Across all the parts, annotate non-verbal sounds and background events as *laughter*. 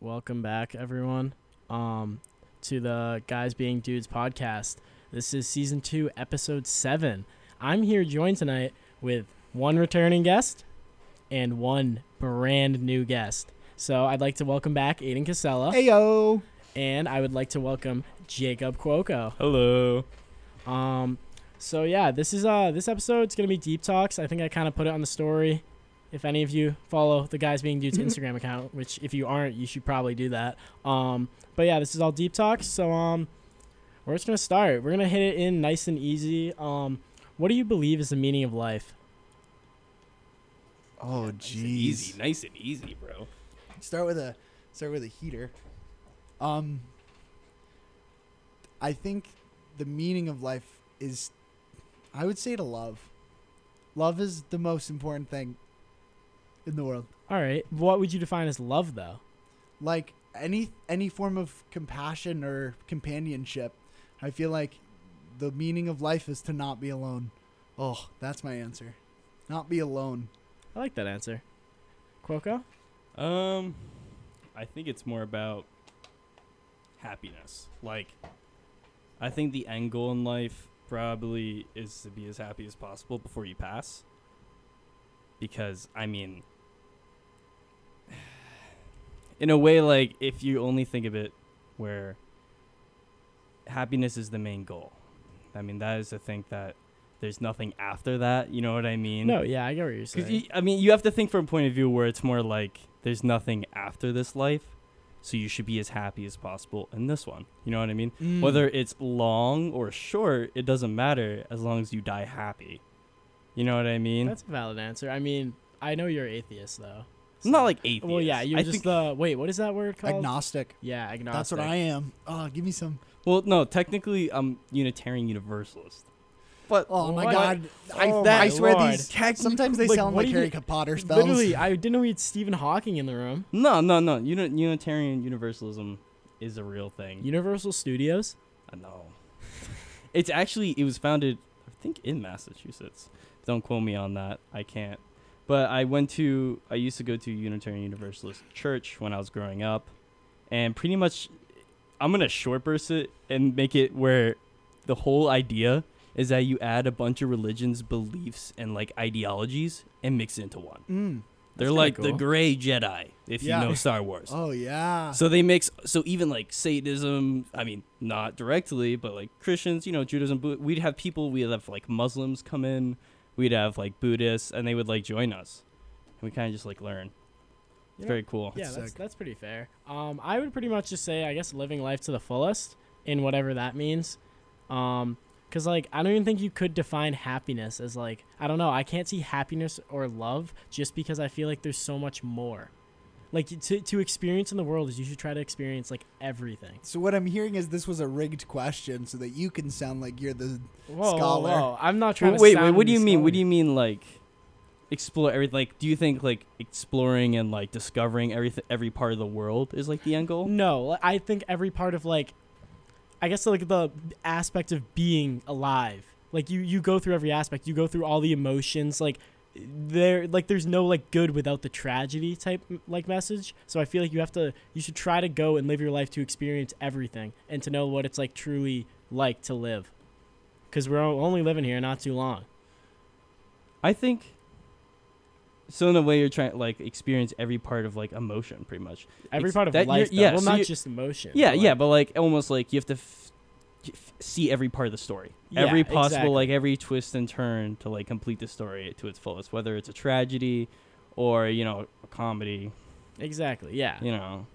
Welcome back, everyone, um, to the Guys Being Dudes podcast. This is season two, episode seven. I'm here joined tonight with one returning guest and one brand new guest. So I'd like to welcome back Aiden Casella, Hey yo. and I would like to welcome Jacob Cuoco. Hello. Um, so yeah, this is uh this episode's gonna be deep talks. I think I kind of put it on the story. If any of you follow the guys being *laughs* dudes Instagram account, which if you aren't, you should probably do that. Um, but yeah, this is all deep talks. So um, we're just gonna start. We're gonna hit it in nice and easy. Um, what do you believe is the meaning of life? Oh Easy, jeez. nice and easy, bro. Start with a start with a heater. Um I think the meaning of life is I would say to love. Love is the most important thing in the world. All right, what would you define as love though? Like any any form of compassion or companionship. I feel like the meaning of life is to not be alone. Oh, that's my answer. Not be alone. I like that answer. Cuoco. Um, I think it's more about happiness. Like, I think the end goal in life probably is to be as happy as possible before you pass. Because, I mean, *sighs* in a way, like, if you only think of it where happiness is the main goal, I mean, that is to think that there's nothing after that. You know what I mean? No, yeah, I get what you're Because saying. you, I mean, you have to think from a point of view where it's more like there's nothing after this life, so you should be as happy as possible in this one. You know what I mean? Hmm. Whether it's long or short, it doesn't matter as long as you die happy. You know what I mean? That's a valid answer. I I mean, I know you're atheist though. I'm not like atheist. Well, yeah, you're I just think, the wait. What is that word called? agnostic. Yeah, agnostic. That's what I am. Oh, give me some. well, no, technically, I'm Unitarian Universalist. But Oh my What? god! I, Oh that- my I swear lord. these. Sometimes they Like, sound what like do you- Harry Potter spells. Literally, I didn't know we had Stephen Hawking in the room. no, no, no. Uni- Unitarian Universalism is a real thing. Universal Studios. I know. it's actually it was founded I think in Massachusetts. Don't quote me on that. I can't. But I went to I used to go to Unitarian Universalist Church when I was growing up and pretty much I'm going to short burst it and make it where the whole idea is that you add a bunch of religions, beliefs and like ideologies and mix it into one. Mm. They're kinda like the cool. gray Jedi if Yeah. you know Star Wars. Oh yeah. So they mix. So even like Satanism. I mean, not directly, but like Christians. You know, Judaism. Bu- We'd have people. We'd have like Muslims come in. We'd have like Buddhists, and they would like join us. And we kind of just like learn. It's Yeah. very cool. Yeah, that's sick. that's pretty fair. Um, I would pretty much just say, I guess, living life to the fullest in whatever that means. Um, cause like I don't even think you could define happiness as like I don't know. I can't see happiness or love just because I feel like there's so much more. Like to to experience in the world is you should try to experience like everything. So what I'm hearing is this was a rigged question so that you can sound like you're the. Whoa, whoa, Scholar. whoa. I'm not trying Wait, to. wait, sound What do you mean? scholar. What do you mean? Like explore everything? Like, do you think like exploring and like discovering everything, every part of the world is like the end goal? No, li- I think every part of like, I guess like the aspect of being alive. Like you, you go through every aspect. You go through all the emotions. Like there, like there's no like good without the tragedy type m- like message. So I feel like you have to, you should try to go and live your life to experience everything and to know what it's like truly like to live. Because we're o- only living here not too long. I think. So in a way, you're trying to like experience every part of like emotion, pretty much. Every Ex- part of that you're- life, though. yeah, well, so not you- just emotion. Yeah, but, yeah, like- but like almost like you have to f- f- see every part of the story, every Yeah, possible exactly. like every twist and turn to like complete the story to its fullest. Whether it's a tragedy or you know a comedy, exactly. Yeah, you know,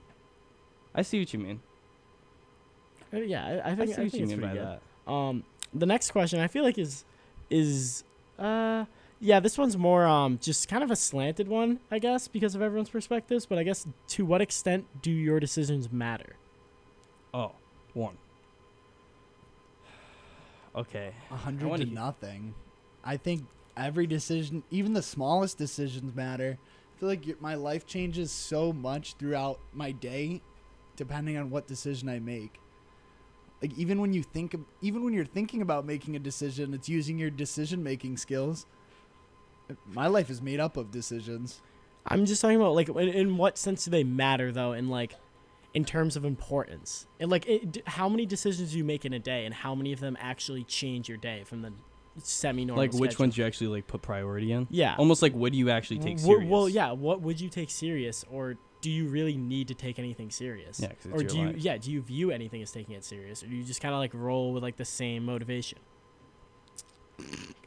I see what you mean. Uh, yeah. I, I I, think I, see think what you it's mean pretty by good. that. Um, the next question I feel like is is uh yeah, this one's more um just kind of a slanted one, I guess, because of everyone's perspectives. But I guess to what extent do your decisions matter? Oh, one. *sighs* Okay. A I hundred wanna to hear- nothing. I think every decision, even the smallest decisions, matter. I feel like your- my life changes so much throughout my day, depending on what decision I make. Like even when you think, of, even when you're thinking about making a decision, it's using your decision-making skills. My life is made up of decisions. I'm just talking about like in, in what sense do they matter though, and like in terms of importance. And like, it, d- how many decisions you make in a day, and how many of them actually change your day from the semi-normal. like which schedule. ones you actually like put priority in? Yeah. Almost like what do you actually take W- serious? Well, yeah. What would you take serious, or do you really need to take anything serious? Yeah, 'cause it's or your do you? life. Yeah. Do you view anything as taking it serious, or do you just kind of like roll with like the same motivation?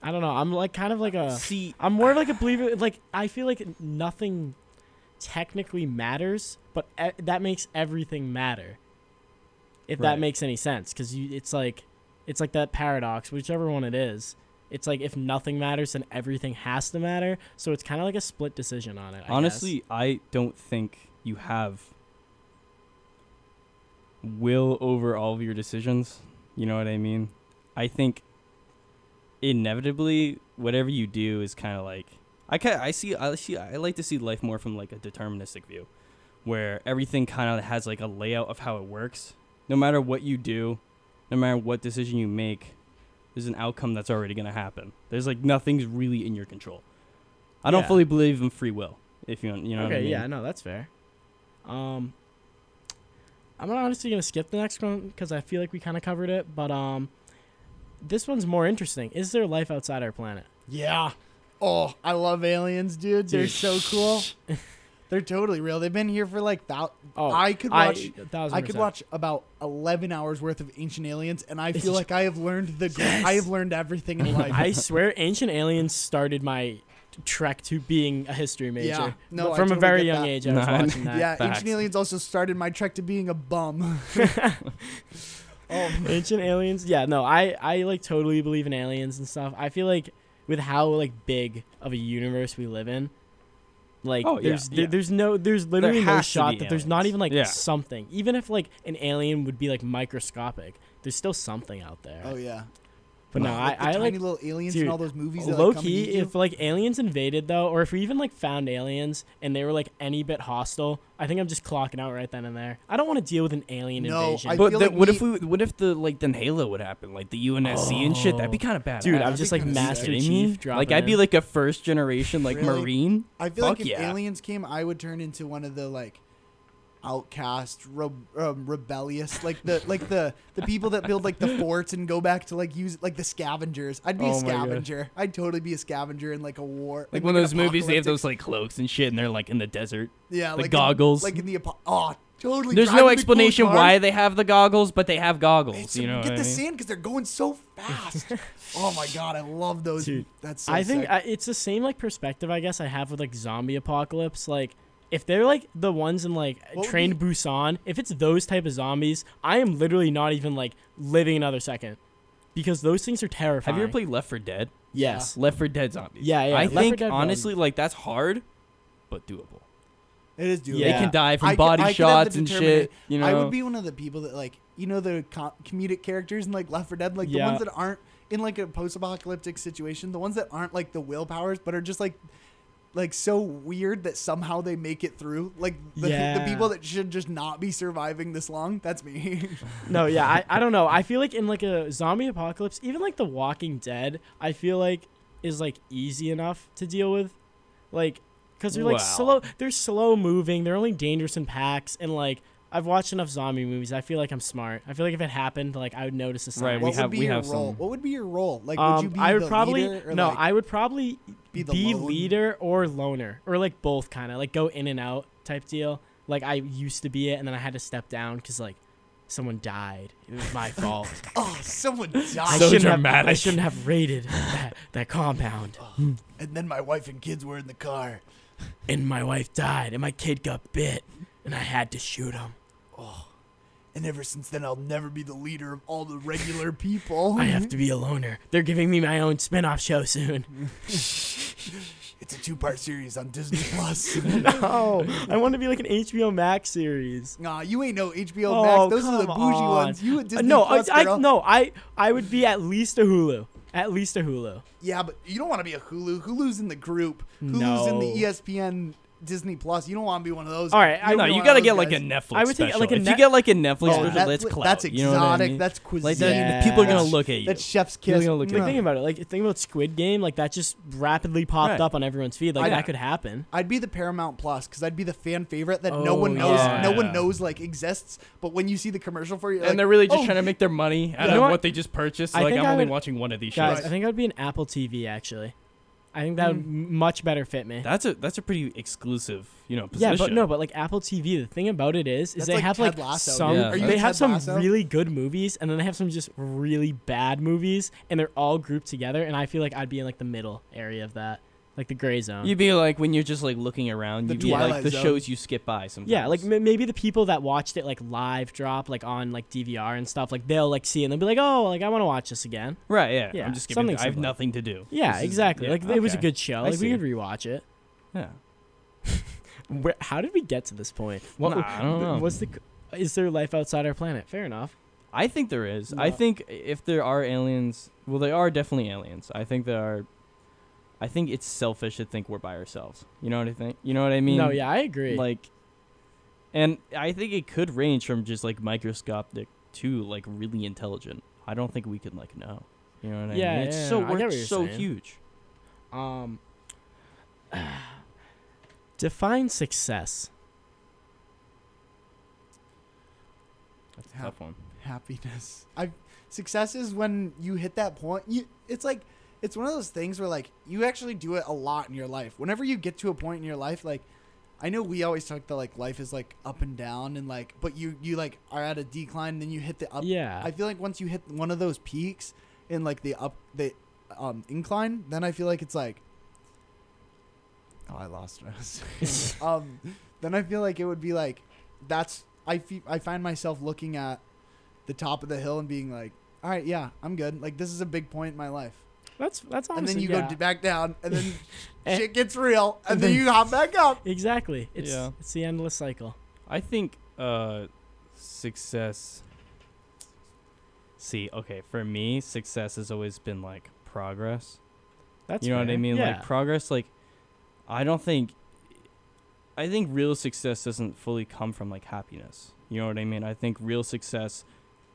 I don't know. I'm like kind of like uh, a. See, I'm more of like a believer. Like I feel like nothing technically matters, but e- that makes everything matter. If that Right. makes any sense, because you, it's like, it's like that paradox, whichever one it is. It's like if nothing matters, then everything has to matter. So it's kind of like a split decision on it. I guess. honestly, I don't think you have will over all of your decisions. You know what I mean? I think inevitably whatever you do is kind of like I kind I see I see I like to see life more from like a deterministic view where everything kind of has like a layout of how it works. No matter what you do, no matter what decision you make, there's an outcome that's already going to happen. There's like nothing's really in your control. I don't Yeah. fully believe in free will, if you you know okay, what I mean. yeah, no, that's fair. Um, I'm honestly gonna skip the next one because I feel like we kind of covered it. But um, this one's more interesting. Is there life outside our planet? Yeah. Oh, I love aliens, dude. They're Dude. so cool. They're totally real. They've been here for like thou. Oh, I could I- watch. a thousand I could percent. watch *laughs* about eleven hours worth of Ancient Aliens, and I feel like I have learned the. gr- I have learned everything *laughs* in life. I swear, Ancient Aliens started my trek to being a history major. Yeah, no, I from totally a very get young that. age, I was Nah, watching that. yeah, Facts. Ancient Aliens also started my trek to being a bum. *laughs* *laughs* oh, Ancient Aliens. Yeah, no, I I like totally believe in aliens and stuff. I feel like with how like big of a universe we live in. Like Oh, yeah, there's there- yeah. there's no there's literally no has to shot be that there's not aliens. even like Yeah. something even if like an alien would be like microscopic there's still something out there oh yeah. but no I, like the I tiny like little aliens dude, in all those movies. That, low like, come and key, eat you. if like aliens invaded though, or if we even like found aliens and they were like any bit hostile, I think I'm just clocking out right then and there. I don't want to deal with an alien No, invasion. I- But feel the, like what we- if we? What if the like then Halo would happen, like the UNSC and shit? That'd be kind of bad, Dude, I- I'm I'd just be like kinda Master sick. Chief. Like dropping I'd be in. like a first generation like Really? Marine. I feel Fuck like if yeah. aliens came, I would turn into one of the like outcast, re- um, rebellious, like *laughs* the like the the people that build like the forts and go back to like use like the scavengers. I'd be Oh a my God. scavenger. I'd totally be a scavenger in like a war, Like in, one of an those movies, they have apocalyptic- those like cloaks and shit, and they're like in the desert. yeah the like in- goggles. like in the apo- oh totally. There's driving no the cool explanation cars. why they have the goggles, but they have goggles. It's- you know, get what the I mean? sand because they're going so *laughs* fast. oh my god, I love those. Dude, That's so I think sick. I, it's the same like perspective I guess I have with like zombie apocalypse. Like if they're like the ones in like What would Train be- Busan, if it's those type of zombies, I am literally not even like living another second because those things are terrifying. Have you ever played Left for Dead? Yes. Left for Dead zombies. Yeah, yeah, I Left 4 think Dead one. honestly, like that's hard, but doable. it is doable. Yeah. They can die from I could- body I could have shots the and determinant- shit. You know, I would be one of the people that like you know the com- comedic characters in like Left 4 Dead, like Yeah. the ones that aren't in like a post-apocalyptic situation, the ones that aren't like the willpowers, but are just like like so weird that somehow they make it through. Like the, Yeah. the people that should just not be surviving this long. That's me. *laughs* no yeah I, I don't know i feel like in like a zombie apocalypse even like the walking dead i feel like is like easy enough to deal with like because they're like Wow. slow they're slow moving they're only dangerous in packs and like i've watched enough zombie movies i feel like i'm smart i feel like if it happened like i would notice the signs. Right, we what would have- be we your have role? some- What would be your role? Like would you um, be I would the probably leader or, no. like- I would probably be, be the lone- leader or loner or like both, kind of like go in and out type deal. Like I used to be it, and then I had to step down because like someone died. It was *laughs* my fault. oh someone I died. *laughs* So- shouldn't Have, I dramatic. shouldn't have raided that, that compound. and then my wife and kids were in the car. And my wife died, and my kid got bit, and I had to shoot him. And ever since then, I'll never be the leader of all the regular *laughs* people. I have to be a loner. They're giving me my own spin off show soon. It's a two-part series on Disney *laughs* *laughs* Plus. *laughs* No, I want to be like an HBO Max series. Nah, you ain't no HBO Oh, Max. Those are the come bougie on. ones. You at Uh, Disney no, Plus, I, I, girl. no, I, I would be at least a Hulu. At least a Hulu. Yeah, but you don't want to be a Hulu. Hulu's in the E group. Hulu's in No. the ESPN Disney Plus. You don't want to be one of those. All right, I don't no, be know you one gotta of those get like guys. a Netflix. I would think, special. like, a if Net- you get like a Netflix Oh, special, that- that's clout. That's you know what I exotic. mean? That's cuisine. like Yeah. that, people are gonna That's- look at you. That's chef's People are kiss. gonna look at Like, you. Mm. think about it. Like, think about Squid Game. Like, that just rapidly popped Right. up on everyone's feed. Like, I- that could happen. I'd be the Paramount Plus because I'd be the fan favorite that no Oh, one knows, yeah. no one yeah. knows like exists. But when you see the commercial for you, and they're really just oh, trying to make their money out You know of what? what? they just purchased. I like think I'm I only would- watching one of these Guys, shows. I think I would be an Apple TV, actually. I think that would m- much better fit me. That's a that's a pretty exclusive, you know, position. yeah, but no, but like Apple TV, the thing about it is, is That's they like have Ted like Lasso, dude. some, Yeah. Are they you have Ted some Lasso? really good movies, and then they have some just really bad movies, and they're all grouped together. And I feel like I'd be in like the middle area of that, like the gray zone. You'd be like when you're just like looking around, The you'd be like Twilight the Zone. shows you skip by sometimes. Yeah, like m- maybe the people that watched it like live drop like on like DVR and stuff, like they'll like see it and they'll be like, "Oh, like I want to watch this again." right, yeah. Yeah, I'm just skipping. something I have similar. nothing to do. Yeah, This is- exactly. yeah, like it was a okay. good show. I Like we see. could rewatch it. Yeah. Where, how did we get to this point? Nah, I don't know. What's the? c- Is there life outside our planet? Fair enough. I think there is. I No. think if there are aliens, well, there are definitely aliens. I think there are. I think it's selfish to think we're by ourselves. You know what I think? You know what I mean? no, yeah, I agree. Like, and I think it could range from just like microscopic to like really intelligent. I don't think we can like know. You know what I Yeah, mean? It's yeah, so no, I get we're what you're so saying. huge. um, define success. That's a tough one. happiness. I success is when you hit that point. You, it's like it's one of those things where like you actually do it a lot in your life. Whenever you get to a point in your life, like I know we always talk that like life is like up and down and like, but you you like are at a decline, then you hit the up. Yeah. *laughs* I feel like once you hit one of those peaks and like the up the um incline, then I feel like it's like. Oh, I lost what I was *laughs* saying. um, then I feel like it would be like, that's I fe- I find myself looking at the top of the hill and being like, all right, yeah, I'm good. Like this is a big point in my life. That's that's honestly. and then you yeah. go d- back down, and *laughs* then And- shit gets real, Eh. and then then- you hop back up. exactly. It's Yeah. it's the endless cycle. I think uh success See, okay, for me, success has always been like progress. That's you know what I fair. mean? Yeah. Like progress like I don't think I think real success doesn't fully come from like happiness. You know what I mean? I think real success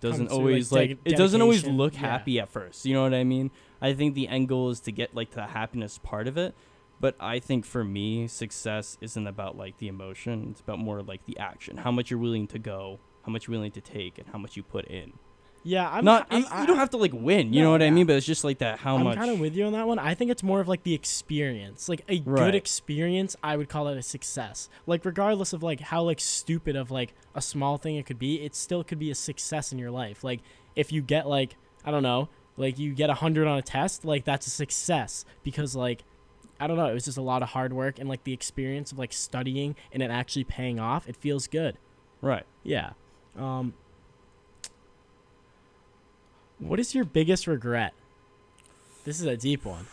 doesn't Comes through, like, always like, ded- it doesn't always dedication. look Yeah. happy at first. You know what I mean? I think the end goal is to get like the happiness part of it, but I think for me, success isn't about like the emotion. It's about more like the action. How much you're willing to go, how much you're willing to take, and how much you put in. yeah, I'm Not e- I'm, you, you don't have to like win. You No, know what yeah. I mean? But it's just like that. How I'm much? kind of with you on that one. I think it's more of like the experience, like a good Right. experience. I would call it a success. Like regardless of like how like stupid of like a small thing it could be, it still could be a success in your life. Like if you get like I don't know, like you get a hundred on a test, like that's a success because like I don't know, it was just a lot of hard work and like the experience of like studying and it actually paying off. It feels good. right. Yeah. Um. What is your biggest regret? This is a deep one.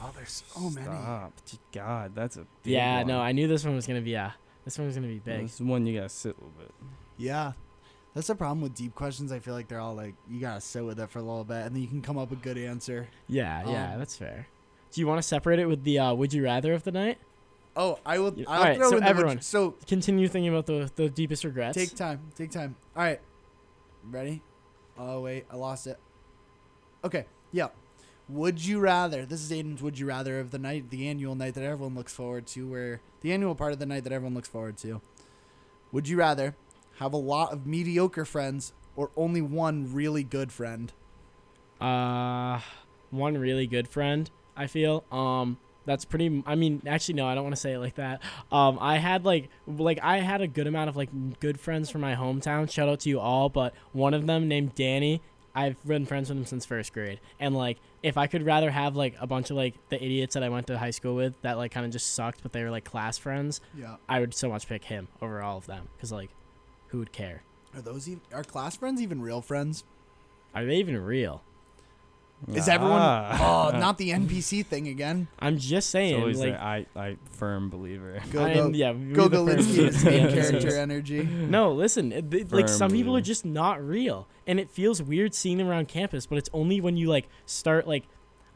Oh, there's so many. Stop. T- God, that's a big yeah, no, one. Mm-hmm. I knew this one was gonna be uh this one was gonna be big. This is one you gotta sit a little bit. Yeah, that's the problem with deep questions. I feel like they're all like, you gotta sit with it for a little bit, and then you can come up with a good answer. Yeah, yeah, Um, that's fair. Do you want to separate it with the uh, would you rather of the night? Oh, I will. You- I'll Alright, throw so in the would- everyone. so Continue thinking about the the deepest regrets. take time. Take time. All right, ready? Oh wait, I lost it. Okay, yeah. Would you rather? This is Aiden's Would You Rather of the night, the annual night that everyone looks forward to, where the annual part of the night that everyone looks forward to. Would you rather have a lot of mediocre friends or only one really good friend? uh, one really good friend. I feel um that's pretty. m- I mean, actually, no, I don't want to say it like that. Um, I had like like I had a good amount of like m- good friends from my hometown. Shout out to you all, but one of them named Danny. I've been friends with him since first grade, and like if I could rather have like a bunch of like the idiots that I went to high school with that like kind of just sucked, but they were like class friends, Yeah. I would so much pick him over all of them because like who would care? Are those even are class friends even real friends? Are they even real? Is *laughs* everyone? Ah. Oh, not the NPC thing again. I'm just It's saying, always like, there. I, I firm believer. Go I go. am- yeah, we Go the first Golinsky is ones. main *laughs* Yeah. character energy. No, listen, it- it- like some Firmly. people are just not real, and it feels weird seeing them around campus. But it's only when you like start like,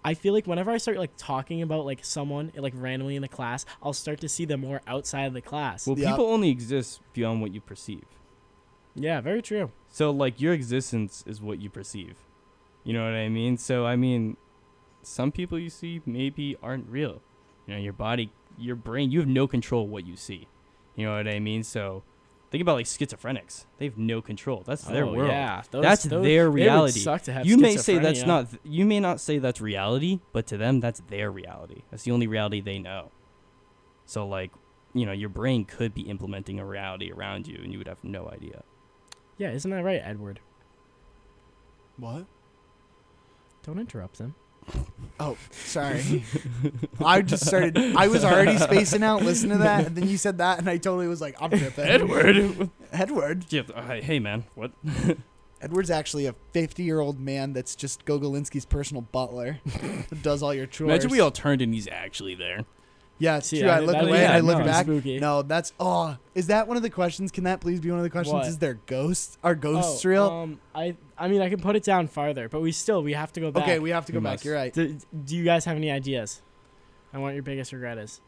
I feel like whenever I start like talking about like someone like randomly in the class, I'll start to see them more outside of the class. Well, Yeah. people only exist beyond what you perceive. yeah, very true. So like your existence is what you perceive. You know what I mean? So I mean some people you see maybe aren't real. You know, your body, your brain, you have no control what you see. You know what I mean? So think about like schizophrenics. They have no control. That's their Oh, world. Yeah, those- That's those- their it would reality. suck to have You may say that's schizophrenia. not you may not say that's reality, but to them that's their reality. That's the only reality they know. So like, you know, your brain could be implementing a reality around you and you would have no idea. Yeah, isn't that right, Edward? What? Don't interrupt them. Oh, *laughs* *laughs* sorry. I just started. I was already spacing out. Listen to *laughs* that, and then you said that, and I totally was like, "I'm tripping." Edward. *laughs* Edward. Yeah, uh, hey- hey man, *laughs* what? Edward's actually a 50 year old man that's just Gogolinsky's personal butler, who does all your chores. Imagine we all turned and he's actually there. Yeah, See, true. I- I, look that- away. yeah, I look no, back. spooky. No, that's oh. Is that one of the questions? Can that please be one of the questions? What? Is there ghosts? Are ghosts Oh, real? Um, I I mean I can put it down farther, but we still we have to go back. okay, we have to We go back. must. You're right. Do, do you guys have any ideas? I want your biggest regret is.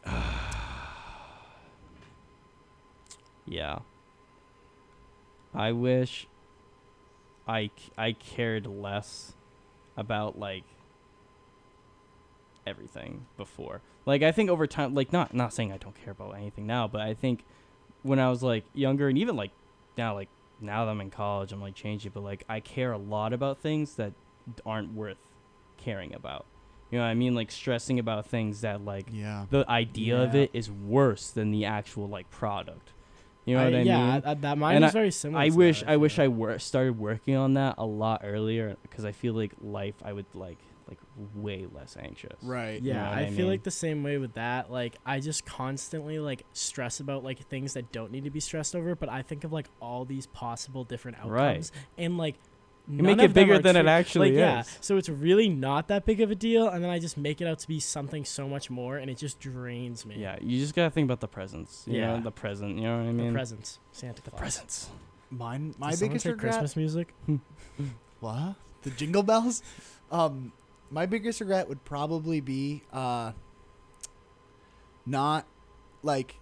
Yeah. I wish I c- I cared less about like everything before. Like I think over time, like not not saying I don't care about anything now, but I think when I was like younger and even like now, like now that I'm in college, I'm like changing, but like I care a lot about things that aren't worth caring about. You know what I mean? Like stressing about things that like Yeah. the idea of Yeah. it is worse than the actual like product. You know what I yeah, mean? I, I- that mine And is very similar. I to that, wish I wish feel. I were started working on that a lot earlier because I feel like life I would like like way less anxious. Right. Yeah, know what I, I feel mean? like the same way with that. Like I just constantly like stress about like things that don't need to be stressed over, but I think of like all these possible different Right. outcomes and like You none make it of them bigger are than it true. actually like, Yeah, is. so it's really not that big of a deal, and then I just make it out to be something so much more, and it just drains me. Yeah, you just gotta think about the presence. You Yeah. know, the present. You know what the I mean? presents, Santa Claus. presence. Mine. My Does someone biggest say regret. Christmas *laughs* music. What? The jingle bells? Um, my biggest regret would probably be uh, not like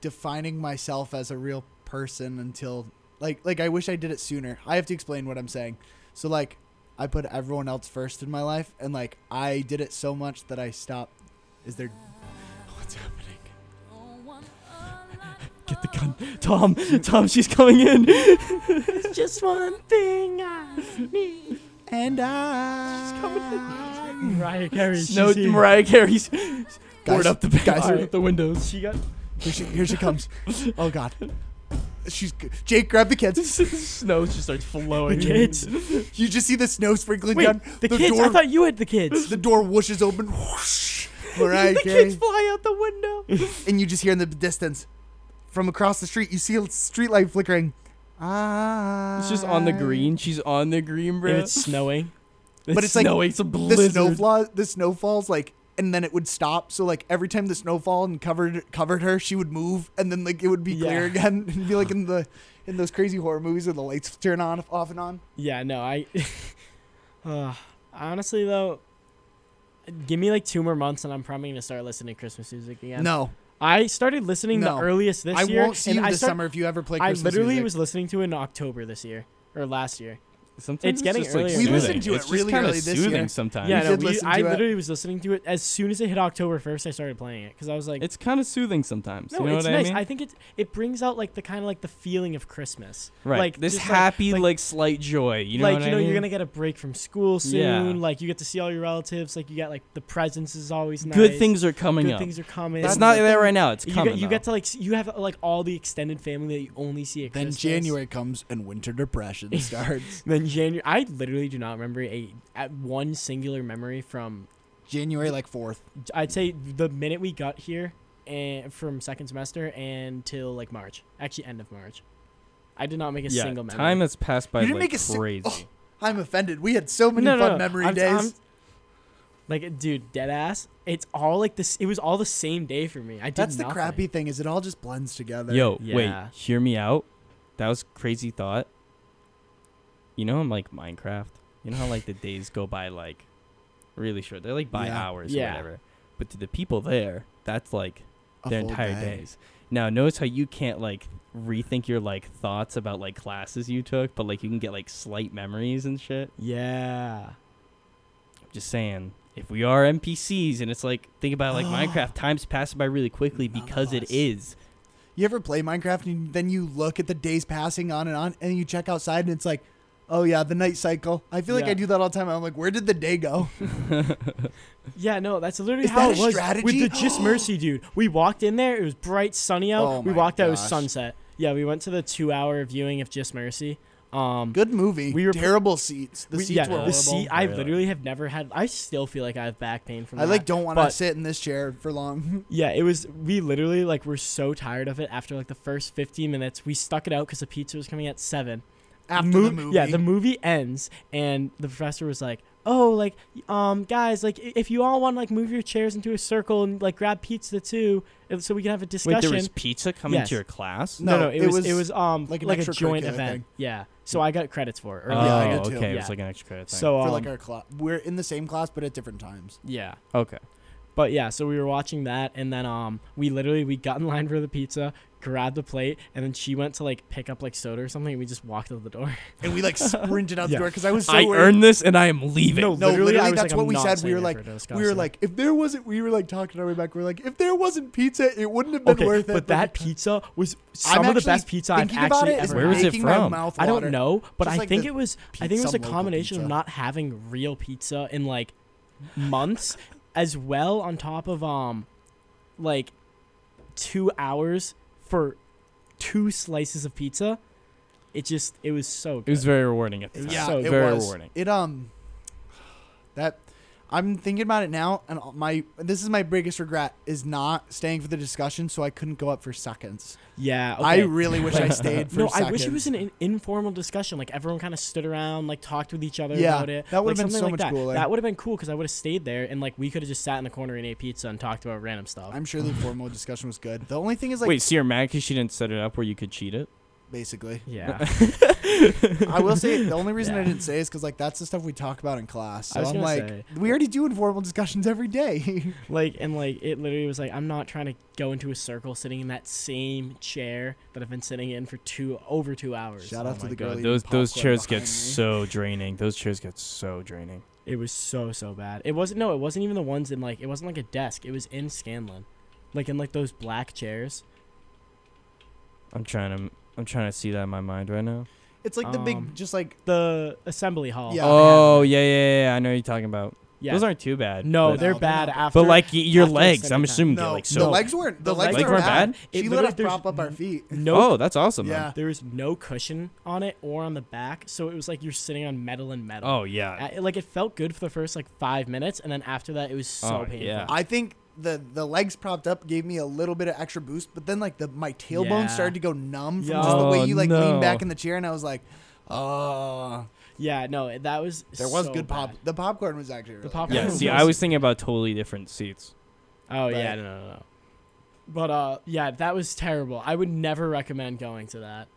defining myself as a real person until like like I wish I did it sooner. I have to explain what I'm saying. So like I put everyone else first in my life and like I did it so much that I stopped is there *laughs* *laughs* what's happening? Get the gun, Tom. Tom, she's coming in. just one thing I need. And I Mariah Carey. no, she's here. Mariah Carey's Guys, poured up the guys, poured up the windows. She got. Here she, here she comes. Oh God. She's Jake. Grab the kids. *laughs* Snow just starts flowing. The kids. You just see the snow sprinkling Wait, down. the, kids. Door, I thought you had the *laughs* kids. the door whooshes *laughs* open. Whoosh. Mariah the Carey. kids fly out the window. And you just hear in the distance, from across the street, you see a street light flickering. Ah. It's just on the green. She's on the green, bro. if it's snowing. But it's like snowing. It's a The blizzard. snow flaw, the snow falls like, and then it would stop. So like every time the snow fall and covered covered her, she would move, and then like it would be clear Yeah. again. *laughs* It'd be like in the in those crazy horror movies where the lights turn on off and on. Yeah, no, I. *laughs* uh, honestly, though, give me like two more months and I'm probably gonna start listening to Christmas music again. No, I started listening No. the earliest this I year. won't see and you I this start- summer if you ever play. I Christmas literally music. was listening to it in October this year or last year. Sometimes It's getting just, earlier. We soothing. listened to it It's just really kinda early this soothing year. Sometimes. yeah, You no, did we, listen I to it. literally was listening to it as soon as it hit October first. I started playing it because I was like, It's kind of soothing sometimes. no, you know it's what nice. I mean? think it it brings out like the kind of like the feeling of Christmas. right. like, this just, like- happy, like- like, slight joy. You know like what you I know, mean? you're gonna get a break from school soon. Yeah. Like you get to see all your relatives. Like you got like the presence is always nice. Good things are coming Good up. things are coming. it's That's not the there thing. right now. It's you coming. get you up. get to like s- you have like all the extended family that you only see at Then Christmas. January comes and winter *laughs* depression starts. Then January. I literally do not remember a at one singular memory from. January like fourth. I'd say the minute we got here and from second semester until like March, actually end of March. I did not make a yeah, single memory. time has passed by You didn't like make a sing- crazy. Oh, I'm offended. We had so many fun memory I'm- days. I'm- like, dude, dead ass. It's all like this. It was all the same day for me. I did. That's the nothing. crappy thing is it all just blends together. Yo, Yeah. wait, hear me out. That was crazy thought. You know, I'm like Minecraft. You know how like the days go by like really short. They're like by Yeah. hours or Yeah. whatever. But to the people there, that's like A their full entire day. days. Now notice how you can't like rethink your like thoughts about like classes you took, but like you can get like slight memories and shit. Yeah. I'm just saying, if we are NPCs and it's like think *gasps* about like Minecraft, time's passing by really quickly None of because it us. is. You ever play Minecraft and then you look at the days passing on and on and you check outside and it's like, oh yeah, the night cycle. I feel like Yeah. I do that all the time. I'm like, where did the day go? *laughs* Yeah, no, that's literally Is how that it a was with strategy? the *gasps* Just Mercy dude. We walked in there, it was bright, sunny out. Oh we my walked out, it was gosh. sunset. Yeah, we went to the two-hour viewing of Just Mercy. Um, Good movie. We were- terrible seats. The we- seats yeah, were the horrible. seat. I Really? literally have never had. I still feel like I have back pain from. I like that. don't want to but- sit in this chair for long. *laughs* Yeah, it was. We literally like were so tired of it after like the first 15 minutes. We stuck it out because the pizza was coming at seven. After Mo- the movie. Yeah, the movie ends, and the professor was like, "Oh, like, um, guys, like, i- if you all want, like, move your chairs into a circle and like grab pizza too, if- so we can have a discussion." Wait, there was pizza coming Yes. to your class? no, no, No, it, it was, was it was um like like, an a joint extracurricular event. thing. Yeah, so I got credits for it. Or Oh, Yeah, I like, did too. okay. It Yeah. was like an extra credit thing. so um, for like our class. We're in the same class but at different times. yeah, okay. but yeah, so we were watching that, and then um we literally we got in line for the pizza. Grabbed the plate, and then she went to like pick up like soda or something. And we just walked out the door. And we like sprinted *laughs* out Yeah. the door because I was so I worried. earned this and I am *laughs* leaving. No, literally, I was that's like, what I'm we not said. We staying were here like- for this we were gossip. like, if there wasn't, we were like talking our way back. We were like, if there wasn't pizza, it wouldn't have been okay, worth it. but that pizza was I'm some of the actually best pizza I've thinking about actually it is ever Where was had. it making my from? mouth I water. don't know, but Just I like think the it was I think it was some a local combination of pizza. not having real pizza in like months, as well on top of um, like two hours for two slices of pizza. It just it was so It good. was very rewarding at the It time. was Yeah, so it very was. rewarding. It um, that I'm thinking about it now, and my this is my biggest regret is not staying for the discussion, so I couldn't go up for seconds. yeah, okay. I really wish *laughs* I stayed for no, seconds. I wish it was an, in- informal discussion. Like everyone kind of stood around, like talked with each other Yeah, about it. that would've like, been something so like much that. cooler. That would have been cool because I would have stayed there and like we could have just sat in the corner and ate pizza and talked about random stuff. I'm sure the formal discussion was good. The only thing is like Wait, so you're mad because she didn't set it up where you could cheat it? basically. *laughs* yeah, *laughs* *laughs* I will say the only reason I Yeah. didn't say is because like that's the stuff we talk about in class. I So was I'm gonna like, say. we already do informal discussions every day. *laughs* like and like it literally was like I'm not trying to go into a circle sitting in that same chair that I've been sitting in for two over two hours. Oh Shout out to my the girl. God, eating those those popcorn chairs get behind me. so draining. Those chairs get so draining. It was so so bad. It wasn't no, it wasn't even the ones in like it wasn't like a desk. It was in Scanlon, like in like those black chairs. I'm trying to I'm trying to see that in my mind right now. It's like the big, Um, just like The assembly hall. Yeah. oh yeah, yeah, yeah. I know what you're talking about. yeah. Those aren't too bad. no, but, they're No, they're bad not. after. but like y- your after a legs. certain I'm time. assuming no, they're like the so. legs weren't. The, the legs, legs weren't bad. bad? It She let us literally- prop up our feet. no, oh, that's awesome. Yeah. Yeah. there was no cushion on it or on the back, so it was like you're sitting on metal and metal. Oh yeah. I- like it felt good for the first like five minutes, and then after that, it was so Oh, painful. yeah. I think the the legs propped up gave me a little bit of extra boost, but then like the my tailbone Yeah. started to go numb from Yeah. just the way Oh, you like no. lean back in the chair, and I was like, oh, Yeah, no, that was there was so good pop. bad. The popcorn was actually really The good. popcorn Yeah. Yeah. See, I was thinking about totally different seats. Oh yeah, Right. no, no, no. But uh, yeah, that was terrible. I would never recommend going to that.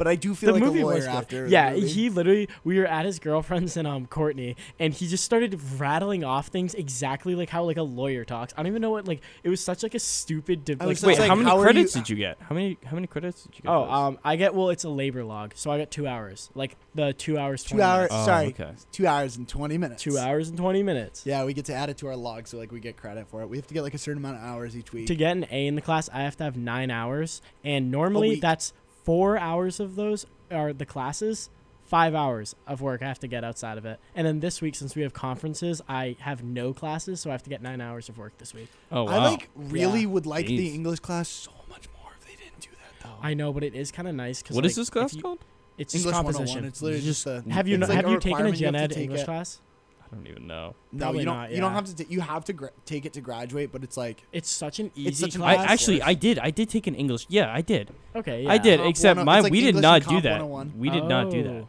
but I do feel the like movie a lawyer was good. after. the yeah, movie. he literally we were at his girlfriend's and um Courtney, and he just started rattling off things exactly like how like a lawyer talks. I don't even know what like it was such like a stupid. Div- I like, was just Wait, like, how many how are you- credits did you get? How many how many credits did you get? Oh, for this? um, I get well. It's a labor log, so I got two hours, like the two hours, 20 two hours. minutes. Oh, sorry, okay. two hours and twenty minutes. two hours and twenty minutes. Yeah, we get to add it to our log, so like we get credit for it. We have to get like a certain amount of hours each week. To get an A in the class, I have to have nine hours, and normally week. that's four hours of those are the classes. Five hours of work I have to get outside of it, and then this week since we have conferences, I have no classes, so I have to get nine hours of work this week. Oh wow. I like really Yeah. would like the Jeez. English class so much more if they didn't do that though. I know, but it is kind of nice because What is this class called? It's just English composition. 101. It's literally just, the. have you it's no, like have a you taken a requirement you gen have ed to take English it. class? I don't even know. No, Probably you don't. not, You don't yeah. have to. Ta- you have to gra- take it to graduate, but it's like It's such an easy It's such an I class. Class actually course. I did I did take an English. Yeah, I did. okay, yeah. I did. Comp except 101 my it's like we did English not and oh do Comp that. 101. We did not do that. Oh.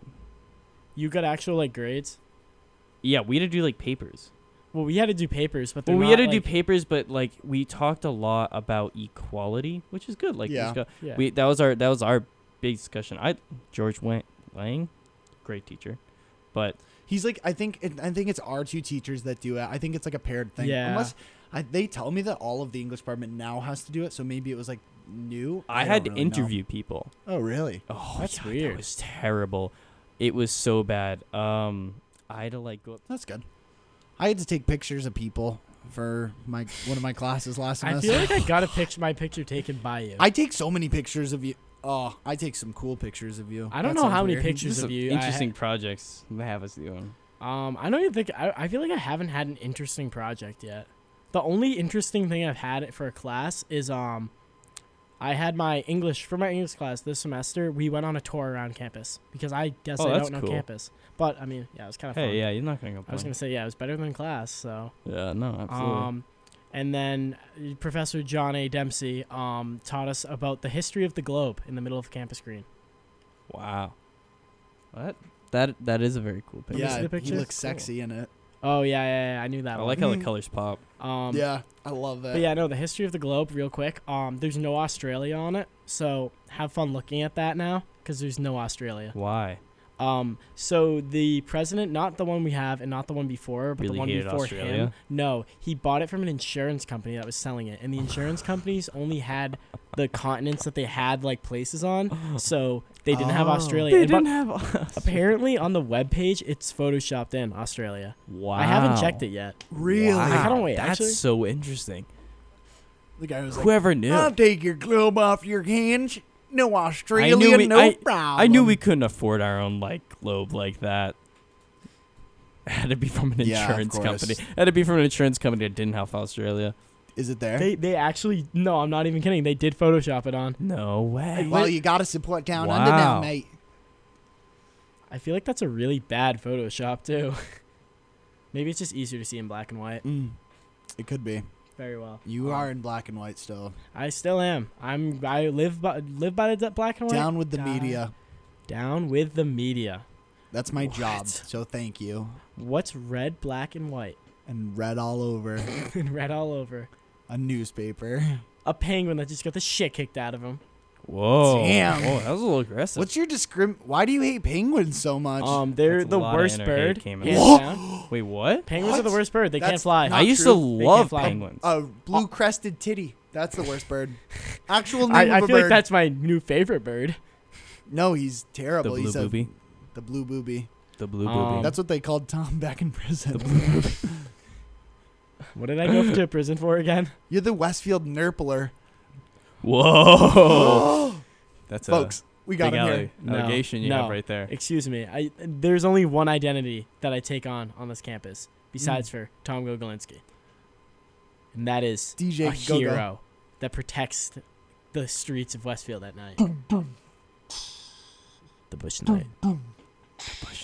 You got actual like grades. Yeah, we had to do like papers. Well, we had to do papers, but they're Well, we not, had to do like- papers, but like we talked a lot about equality, which is good. Like, we Yeah. just got- Yeah. we that was our that was our big discussion. I George Wang, Lang, great teacher, but He's like, I think, it, I think it's our two teachers that do it. I think it's like a paired thing. Yeah. Unless I, they tell me that all of the English department now has to do it, so maybe it was like new. I, don't had to really know. interview people. Oh, really? Oh, That's yeah, weird. That was terrible. It was so bad. Um, I had to like go up. That's good. I had to take pictures of people for my one of my classes last I semester. feel like I got a picture, my picture taken by you. I, I take so many pictures of you. Oh, I take some cool pictures of you. don't That know sounds how many weird. pictures *laughs* Some of you. I ha- interesting projects they have us doing. Um, I don't even think I, I feel like I haven't had an interesting project yet. The only interesting thing I've had for a class is um, I had my English for my English class this semester. We went on a tour around campus because I guess Oh, I that's don't know cool. campus, but I mean, yeah, it was kind of fun. Hey, yeah, you're not gonna I was complain. gonna say yeah, it was better than class. So yeah, no, absolutely. um, and then uh, Professor John A. Dempsey um taught us about the history of the globe in the middle of campus green. wow. What? That that is a very cool picture. see Yeah, the he pictures? looks sexy in it. Oh yeah, yeah, yeah I knew that. I one. like how *laughs* the Mm. colors pop. um yeah, I love that. But yeah, no, the history of the globe, real quick. Um, there's no Australia on it, so have fun looking at that now, because there's no Australia. Why? Um, so the president, not the one we have, and not the one before, but Really the one hated before him. Australia? No, he bought it from an insurance company that was selling it, and the insurance companies only had the continents that they had like places *laughs* on, so they didn't have Oh. Australia. And bu- have. apparently, on the webpage, it's photoshopped in Australia. Wow. I haven't checked it yet. really. Wow. I Wow. don't wait, That's actually. so interesting. The guy was like, Whoever knew? "I'll take your globe off your hands. No Australia, we- no I- problem." I knew we couldn't afford our own like globe like that. *laughs* It had to be from an Yeah, of insurance course. company. It had to be from an insurance company that didn't have Australia. Is it there? They they actually no, I'm not even kidding. They did Photoshop it on. No way. well, you gotta support down Wow. under now, mate. I feel like that's a really bad Photoshop too. *laughs* Maybe it's just easier to see in black and white. Mm. It could be. Very well. You Um, are in black and white still. I still am. I'm. I live by live by the d- black and white. Down with the God. media. Down with the media. That's my job. What? So thank you. What's red, black, and white? *laughs* And red all over And red all over. a newspaper. A penguin that just got the shit kicked out of him. Whoa. Damn. Whoa, that was a little aggressive. What's your discrim? Why do you hate penguins so much? Um, they're That's a the lot of worst inner hate bird. came out. hands Whoa! down. Wait, what? Penguins are the What? worst bird. They can't That's fly. not I used true. to They can't love fly. penguins. a blue crested titty. That's the worst bird. Actual name I, of I a feel bird. like that's my new favorite bird. *laughs* no, he's the terrible. blue he's a, booby. the blue booby. The blue Um, booby. Oh. That's what they called Tom *laughs* back in prison. What did I go to prison for again? *laughs* *laughs* You're the Westfield Nurpler. *laughs* Whoa. That's *gasps* a Folks, we got big him alle- here. No, allegation you no. have right there. Excuse me. I there's only one identity that I take on on this campus besides Hmm. for Tom Gogolinski, and that is DJ a Gogo. hero that protects th- the streets of Westfield at night. The Bush Knight. Bush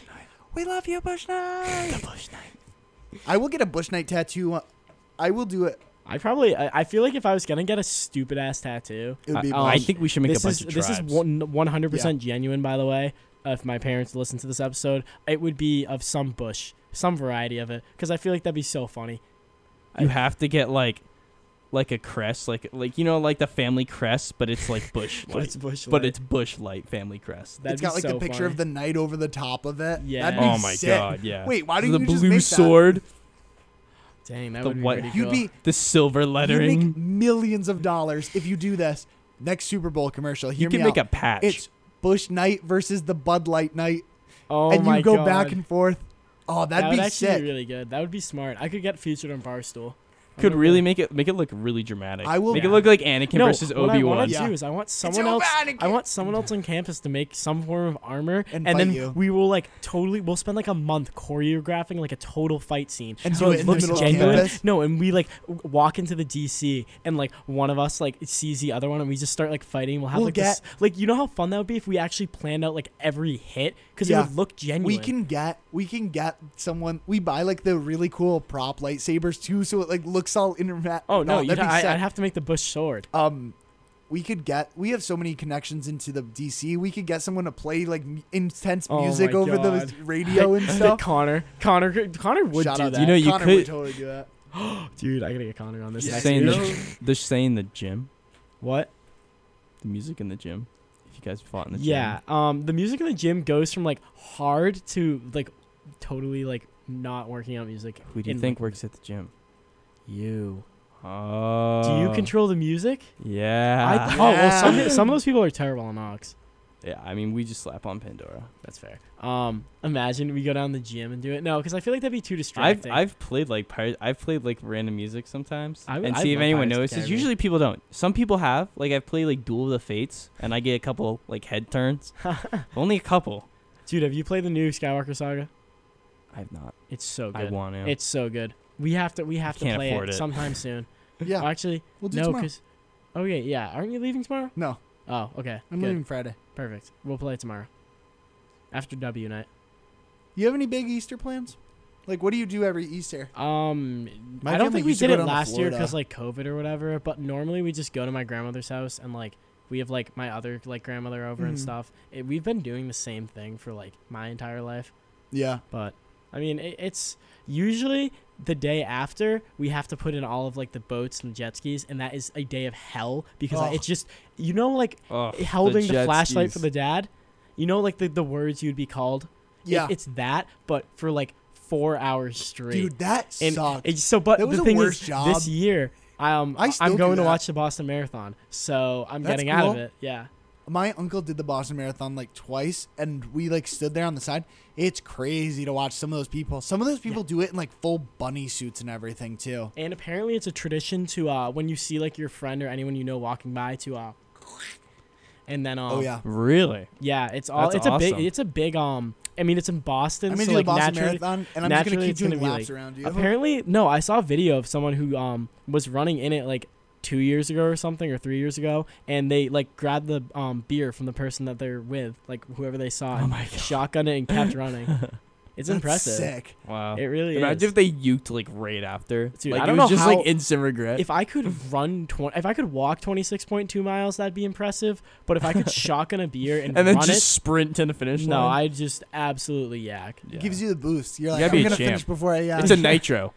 Knight. We love you, Bush Knight. the Bush Knight. I will get a Bush Knight tattoo. I will do it. I probably I, I feel like if I was gonna get a stupid ass tattoo, It would be. I, oh, I um, think we should make a this bunch is of this tribes. is one hundred percent genuine. By the way, uh, if my parents listen to this episode, it would be of some bush, some variety of it, because I feel like that'd be so funny. you have to get like like a crest, like like you know, like the family crest, but it's like bush *laughs* But it's light. bush. but it's bush light family crest. that it's got like the picture of the knight over the top of it. Yeah. That'd be Oh my sick. god, yeah. Wait, why do the you blue just make sword, Dang, that The would be white- pretty That? You'd cool. be the silver you'd lettering. make millions of dollars if you do this next Super Bowl commercial. Hear You can me make a out. patch. It's Bush Knight versus the Bud Light Knight, oh and my you go God. back and forth. Oh, that'd that be would actually sick. be really good. That would be smart. I could get featured on Barstool. I'm Could gonna really go- make it make it look really dramatic. I will- make Yeah. it look like Anakin no, versus what Obi I want Wan. to Yeah. do is I want It's someone over, else. Anakin. I want someone else on campus to make some form of armor, And and, fight then you. we will like totally. We'll spend like a month choreographing like a total fight scene. And so do it it, in the looks middle of genuine. campus? No, and we like w- walk into the DC, and like one of us like sees the other one, and we just start like fighting. We'll have We'll like this, like you know how fun that would be if we actually planned out like every hit because Yeah. it would look genuine. We can get we can get someone we buy like the really cool prop lightsabers too, so it like looks all internet. Oh no, that'd you'd, be I, sick. I'd have to make the bush *laughs* sword. um, we could get we have so many connections into the DC. We could get someone to play like m- intense Oh music my over God. the radio *laughs* and That stuff. Connor, Connor, Connor would Shout do out that. to You know, you Connor could- would totally do that. dude, I gotta get Connor on this. Yeah, next saying week. you know- the, they're saying the gym, *laughs* What? the music in the gym. If you guys fought in the gym, Yeah. Um, the music in the gym goes from like hard to like totally like not working out music. Who do you in, think like, works at the gym? you? Oh. Do you control the music? *laughs* I, Yeah. Oh well, some Yeah. some of those people are terrible on aux. yeah. I mean, we just slap on Pandora. That's fair. Um, imagine we go down the gym and do it. No, because I feel like that'd be too I've distracting. I've played like pirate. I've played like random music sometimes, I- and I see if love Pirates of anyone the notices. Caribbean. Usually people don't. Some people have. Like I've played like Duel of the Fates, and I get a couple like head *laughs* turns. Only a couple. Dude, have you played the new Skywalker Saga? I've not. It's so I good. want to. It's so good. We have to we have to can't play afford it, it. sometime *laughs* soon. Yeah, Well, actually, we'll do no, tomorrow. because oh yeah, yeah. Aren't you leaving tomorrow? No, Oh, okay. I'm good. leaving Friday. Perfect. We'll play it tomorrow after W night. You have any big Easter plans? Like, what do you do every Easter? Um, My I don't family think we used to did go it down to last year Florida. because like COVID or whatever. But normally we just go to my grandmother's house and like we have like my other like grandmother over and Mhm. stuff. It, we've been doing the same thing for like my entire life. Yeah, But I mean, it, it's usually the day after we have to put in all of like the boats and jet skis, and that is a day of hell because like, Ugh. it's just you know like Ugh, holding the, jet flashlight for skis. the dad. You know, like the, the words you'd be called. It- yeah, it's that, but for like four hours straight. dude, that And sucked. it- so, but That was the a thing worse is, job. this year, um, I I still I'm do going to that. watch the Boston Marathon, so I'm That's getting out of cool. it. Yeah, My uncle did the Boston Marathon like twice, and we like stood there on the side. It's crazy to watch some of those people. Some of those people do it in like full bunny suits and everything too. and apparently it's a tradition to uh, when you see like your friend or anyone you know walking by to uh, and then um, oh yeah, Really? yeah, it's all it's That's a big awesome. it's a big um. I mean, it's in Boston, I'm gonna so do like the Boston naturally. Marathon, and I'm just gonna naturally keep it's doing gonna be, laps like, around you. Apparently, no. I saw a video of someone who um was running in it like two years ago or something or three years ago, and they like grabbed the um beer from the person that they're with, like whoever they saw, Oh and my God. shotgunned it and *laughs* kept running. It's That's impressive. Sick. *laughs* Wow. It really Imagine is. if they uked like right after. Dude, like I it don't was know just how- like instant regret. if I could run twenty, if I could walk twenty six point two miles, that'd be impressive. But if I *laughs* could shotgun a beer and, and then run just sprint to the it, finish line. no, I just absolutely yak. Yeah. Gives you the boost. You're You like, gotta be I'm a gonna champ. finish before I. Uh, It's a nitro,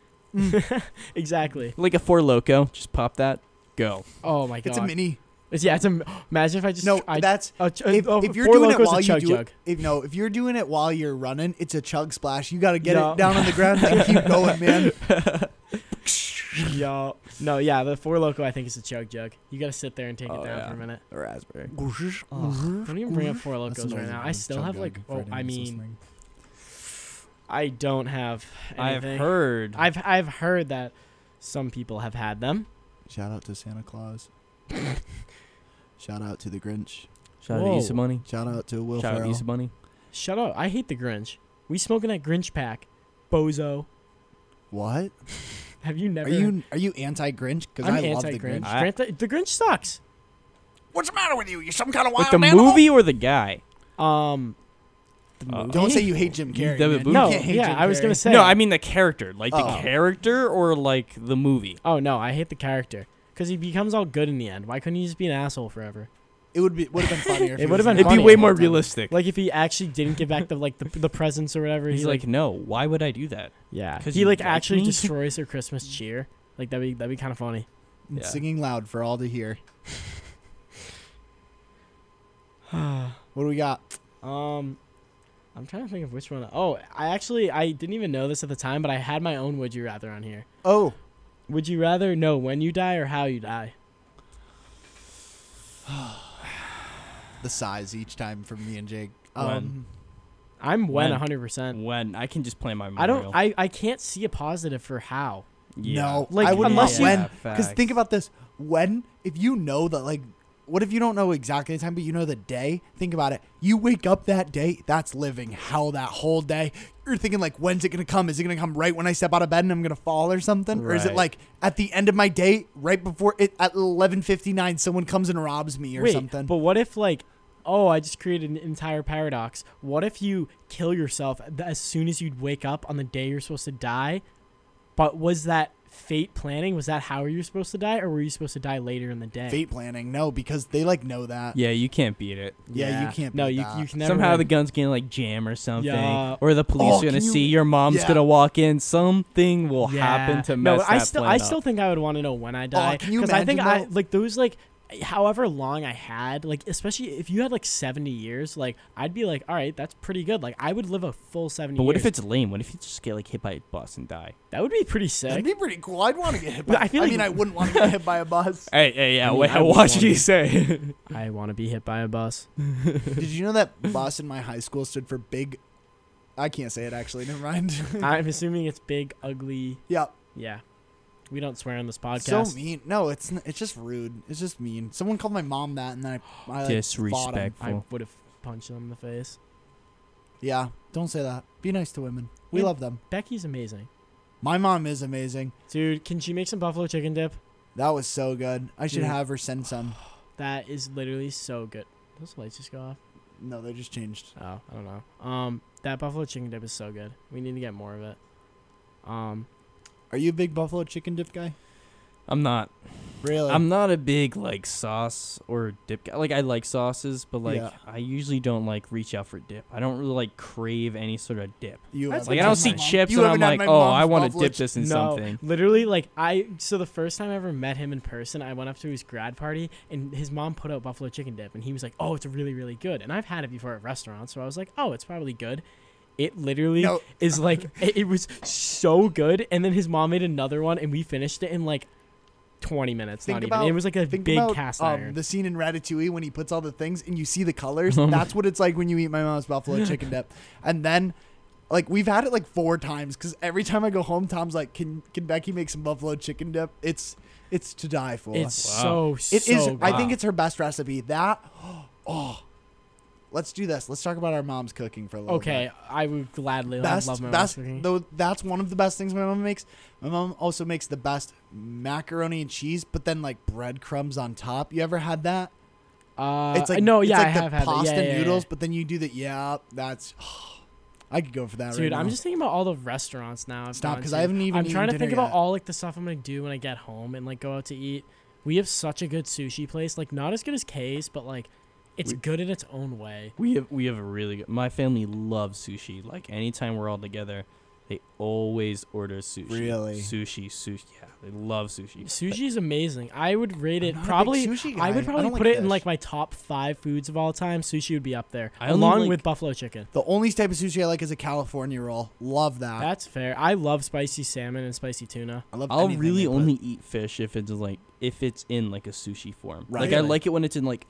Exactly. like a four loco. Just pop that. Go. Oh my god. *laughs* it's a mini. It's- yeah. It's a. Imagine if I just No, I, that's a ch- if, oh, if you're Four doing it Locos, a while you chug do jug. it, if no, if you're doing it while you're running, it's a chug splash. You got to get No. it down on the ground and *laughs* keep going, man. *laughs* Yo, no, yeah, the four loco I think is a chug jug. You gotta sit there and take Oh, it down yeah. for a minute. raspberry. Don't even bring up four locos right now. I still have like, oh, I mean, I don't have. I've anything. heard. I've I've heard that some people have had them. Shout out to *laughs* Santa Claus. Shout out to the Grinch. Shout Whoa. out to Money. Shout out to Will Shout out Ferrell. Issa Bunny. Shut up! I hate the Grinch. We smoking that Grinch pack, bozo. What? Have you never? Are you are you anti Grinch? Because I'm I love the anti-Grinch. Grinch. I- Grinch. The Grinch sucks. What's the matter with you? You're some kind of Like the movie or the guy? Um, the Uh, movie? Don't say you hate Jim You- Carrey. the man. You no. can't hate yeah, Jim I was Carrey. gonna say No, I mean the character. Like the Oh. character or like the movie. Oh no, I hate the character because he becomes all good in the end. Why couldn't he just be an asshole forever? It would be would have been *laughs* funnier. It if he would've was been in It'd the be funny. way movie. more realistic. Like if he actually didn't give back the like the, the presents or whatever. He's he, like, no. Why would I do that? yeah. 'cause He you like like actually me?" *laughs* destroys her Christmas cheer. Like that'd be that'd be kind of funny. *sighs* *sighs* And Yeah. singing loud for all to hear. What do we got? um, I'm trying to think of which one. Oh, I actually I didn't even know this at the time, but I had my own would you rather on here. Oh, Would you rather know when you die or how you die? the size each time from me and Jake. When? Um, I'm when Mm, When? 100. percent When I can just play my. I don't. Mario. I I can't see a positive for how. Yeah. No, Like, I would unless not you- when. Because think facts. about this: when if you know that, like, what if you don't know exactly the time, but you know the day? Think about it. You wake up that day. That's living hell that whole day. You're thinking like, when's it gonna come? Is it gonna come right when I step out of bed and I'm gonna fall or something? Or is it Right. like at the end of my day, right before it at 11:59, someone comes and robs me or Wait, something? But what if like, oh, I just created an entire paradox. What if you kill yourself th- as soon as you'd wake up on the day you're supposed to die? But was that fate planning? Was that how you were supposed to die, or were you supposed to die later in the day? Fate planning, no, because they like know that. Yeah, you can't beat it. Yeah, you can't No, beat you that. you can never. Somehow the win. gun's gonna like jam or something, Yeah. or the police Oh, are gonna can you- see your mom's Yeah. gonna walk in. Something will Yeah. happen to no, mess I that still plan I up. still think I would want to know when I die can you I think imagine I though? like those like however long I had, like especially if you had like 70 years, like I'd be like, all right, that's pretty good. Like I would live a full 70. But what if years. it's lame? What if you just get like hit by a bus and die? that would be pretty That'd *laughs* sick? be pretty cool. I'd want to get hit by. But I, I feel like- mean, I wouldn't *laughs* want to get hit by a bus. Hey, hey, yeah. I mean, wait, I would watch *laughs* what wanna- you say. I want to be hit by a *laughs* bus. Did you know that bus in my high school stood for big? I can't say it actually. Never mind. *laughs* I'm assuming it's big, ugly. yeah, Yeah, we don't swear on this podcast. so mean. No, it's n- it's just rude. It's just mean. Someone called my mom that, and then I, I like, fought 'em. I Disrespectful. would have punched him in the face. Yeah, don't say that. Be nice to women. We Yeah. love them. Becky's amazing, My mom is amazing. dude. Can she make some buffalo chicken dip? That was so good. I should Dude. have her send some. That is literally so good. Those lights just go off. No, they just changed. Oh, I don't know. Um, that buffalo chicken dip is so good. We need to get more of it. Um, Are you a big buffalo chicken dip guy? *laughs* I'm not. Really? I'm not a big like sauce or dip guy. Like I like sauces, but like Yeah. I usually don't like reach out for dip. I don't really like crave any sort of dip. you That's haven't Like I had don't my see mom- chips You and haven't I'm had like, my oh, I mom's want to buffalo dip this in no, something. literally, like I. So the first time I ever met him in person, I went up to his grad party, and his mom put out buffalo chicken dip, and he was like, "Oh, it's really, really good." And I've had it before at restaurants, so I was like, "Oh, it's probably good." It literally No. is *laughs* like it, it was so good, and then his mom made another one, and we finished it in like twenty minutes. Think not about- even. It was like a Think big about cast um, iron. the scene in Ratatouille when he puts all the things and you see *laughs* the colors. Oh my- That's what it's like when you eat my mom's buffalo chicken dip. And then, like we've had it like four times because every time I go home, Tom's like, "Can can Becky make some buffalo chicken dip?" It's it's to die for. it's so Wow. It so is- Good. I think Wow. it's her best recipe. That *gasps* oh, let's do this. Let's talk about our mom's cooking for a little. bit. Okay, I would gladly. best, I love my best, mom's cooking. though that's one of the best things my mom makes. My mom also makes the best macaroni and cheese, but then like breadcrumbs on top. You ever had that? Uh, it's like no, it's yeah, like I the have had that. pasta Yeah, yeah, yeah. noodles, but then you do the yeah. That's *sighs* I could go for that. Dude, right I'm now. just thinking about all the restaurants now. I've stop gone because to. I haven't even. I'm eaten trying to dinner think about yet. all like the stuff I'm gonna do when I get home and like go out to eat. We have such a good sushi place, like not as good as K's, but like it's We- good in its own way. We have we have a really good. My family loves sushi. Like anytime we're all together, they always order sushi. Really? Sushi, sushi. Yeah, they love sushi. Sushi is amazing. I would rate I'm it not a big probably. sushi I guy. would probably don't put like it fish. in like my top five foods of all time. Sushi would be up there, I only along like- with buffalo chicken. the only type of sushi I like is a California roll. Love that. That's fair. I love spicy salmon and spicy tuna. I love. I'll anything really they put. only eat fish if it's like if it's in like a sushi form. Like I Really? like it when it's in like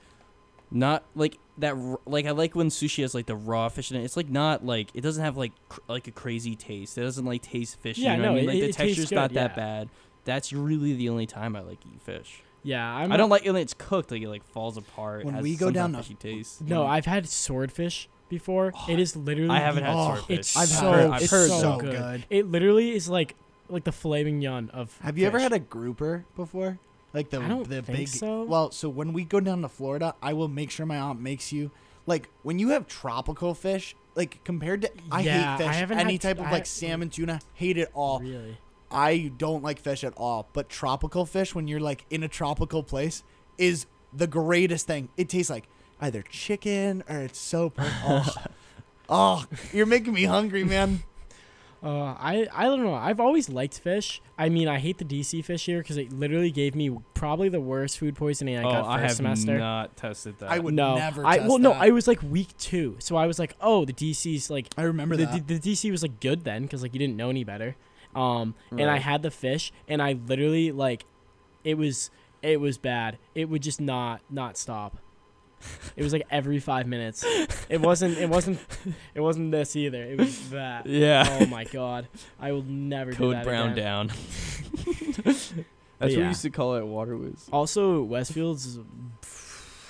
not like that r- like I like when sushi has like the raw fish in it. It's like not like it doesn't have like cr- like a crazy taste. It doesn't like taste fish. Yeah, you know no, what I mean? Like it- the it tastes texture's good, not that yeah. bad. That's really the only time I like eat fish. Yeah, I'm I'm I do not like it when it's cooked. Like it like falls apart. When has we go some kind down of to- fishy taste. No, I've had swordfish *gasps* before. it is literally. Mm. I haven't had Oh, swordfish. It's I've so. heard- I've I've it's heard so, so good. good. It literally is like like the flaming yon of. Have you ever fish. had a grouper before? Like the I don't the think big so. Well, so when we go down to Florida, I will make sure my aunt makes you like when you have tropical fish, like compared to I Yeah, hate I fish. haven't any had- type of I- like salmon, tuna, hate it all. Really. I don't like fish at all, but tropical fish when you're like in a tropical place is the greatest thing. It tastes like either chicken or it's *laughs* so per- oh. oh, you're making me *laughs* hungry, man. Uh, I I don't know. I've always liked fish. I mean, I hate the DC fish here because it literally gave me probably the worst food poisoning I oh, got first I have semester. not tested that. I would no, never I test well no, that. I was like week two, so I was like, oh, the DC's like I remember the, that. the DC was like good then because like you didn't know any better. Um, and I Right. had the fish, and I literally like, it was it was bad. It would just not not stop. It was like every five minutes. It wasn't. It wasn't. It wasn't this either. It *laughs* was that. Yeah. Oh my god! I will never do Code that brown again. down. *laughs* That's what we yeah. used to call it. Water whiz. Also, Westfield's. *sighs*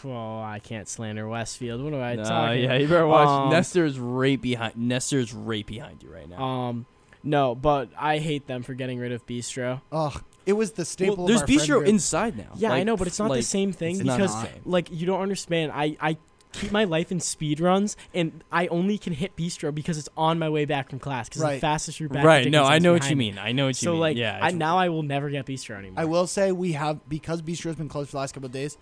Oh, I can't slander Westfield. What am I Nah, talking? yeah, you better watch. Um, Nestor's right behind. Nestor's right behind you right now. Um, no, but I hate them for getting rid of Bistro. Oh, it was the staple. Well, of there's our friend bistro group. inside now. Yeah, I Like, know, but it's not the like, same thing it's not because the same. like you don't understand. I I keep my life in speed runs, and I only can hit Bistro because it's on my way back from class because Right. the fastest route back. to Right. No, Dickinson's I know what behind you me. mean. I know what you So mean. like, yeah, I, it's- now I will never get Bistro anymore. I will say we have because Bistro's been closed for the last couple of days.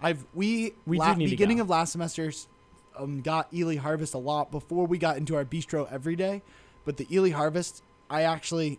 I've we, We do la- need to beginning go. of last semester s- um, got Ely Harvest a lot before we got into our bistro every day, but the Ely Harvest I actually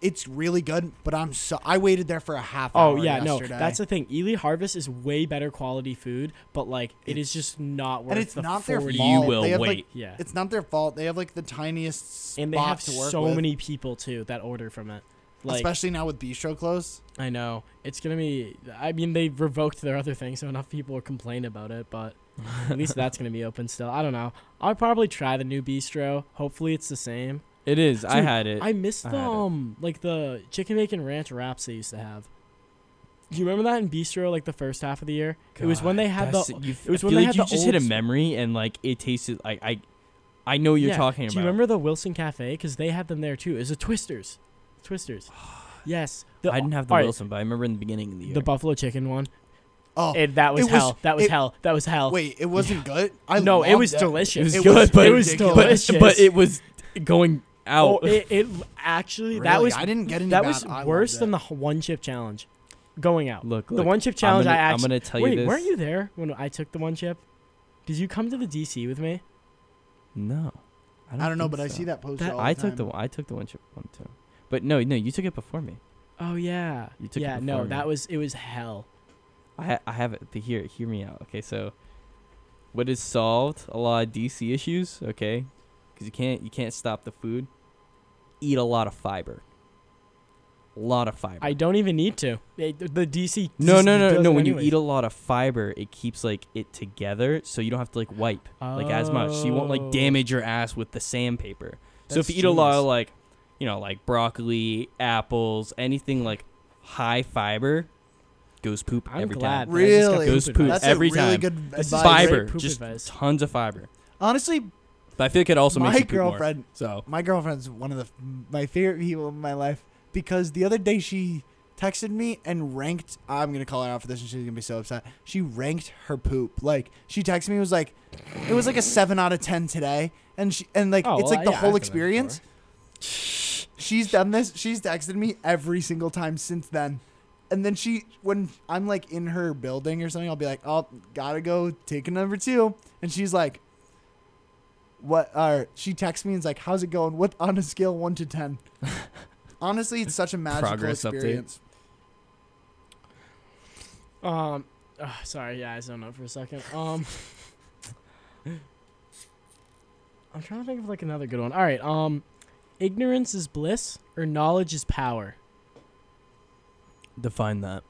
it's really good, but I'm so I waited there for a half hour. Oh yeah, yesterday. no, that's the thing. Ely Harvest is way better quality food, but like it is just not worth. and it's the not 40. their fault. You will they have, wait. Like, Yeah, it's not their fault. They have like the tiniest spot and they have to work so with, many people too that order from it. Like especially now with bistro close. I know it's gonna be. I mean, they revoked their other thing, so enough people will complain about it. But at least that's *laughs* gonna be open still. I don't know. I'll probably try the new bistro. Hopefully, it's the same. It is. I Dude, had it. I miss I the had it. um, like the chicken bacon ranch wraps they used to have. Do you remember that in bistro like the first half of the year? it was when God, they had that's- the you, it was I when feel they like had you the just hit a old- memory and like it tasted like I, I know you're Yeah. talking about. Do you remember the Wilson Cafe? Because they had them there too. Is the Twisters, *sighs* Twisters. yes. The, I didn't have the alright, Wilson, but I remember in the beginning of the year. The buffalo chicken one. Oh And that was It was- hell. that was it- hell. That was hell. wait, it wasn't good. I no, it loved was delicious. It was It good, was but it was ridiculous. but, delicious. but it was going out. Oh, it, it actually that Really, was I didn't get any. that bad. was I loved worse it. than the h- one chip challenge, going out. look, the look, one chip challenge I'm gonna, I actually. am gonna tell wait, you this. weren't you there when I took the one chip? Did you come to the DC with me? No, I don't know, think but I so. see that poster. That- all I the took time. the I took the one chip one too. But no, no, you took it before me. Oh yeah. You took it yeah. before No, me. that was it was hell. I ha- I have it to hear hear me out. Okay, so what is solved a lot of DC issues, okay? Cuz you can't you can't stop the food. Eat a lot of fiber. A lot of fiber. I don't even need to. They- The DC. no, just no, no, does no. it When you anyways. eat a lot of fiber, it keeps like it together, so you don't have to like wipe like as much. So you won't Oh. like damage your ass with the sandpaper. so if That's you eat a lot genius. of like, you know, like broccoli, apples, anything like high fiber, goes poop I'm every glad. time. that I just got Really? Goes poop poop advice. That's every a really time. good This is advice. great Fiber, poop just advice. tons of fiber. Honestly, But I feel like it also my makes you poop more. girlfriend, So my girlfriend's one of the my favorite people in my life because the other day she texted me and ranked. I'm gonna call her out for this, and she's gonna be so upset. She ranked her poop. Like she texted me and was like, it was like a seven out of ten today, and she and like Oh, it's well, like the yeah, I've done whole that experience. She's done this. She's texted me every single time since then. And then she, when I'm like in her building or something, I'll be like, "Oh, gotta go take a number two. And she's like, "What?" Or she texts me and's like, "How's it going?" What on a scale of one to *laughs* ten? Honestly, it's such a magical Progress update. experience. Um, ah, sorry, yeah, I zoned out for a second. Um, *laughs* I'm trying to think of like another good one. All right, um, ignorance is bliss or knowledge is power. define that.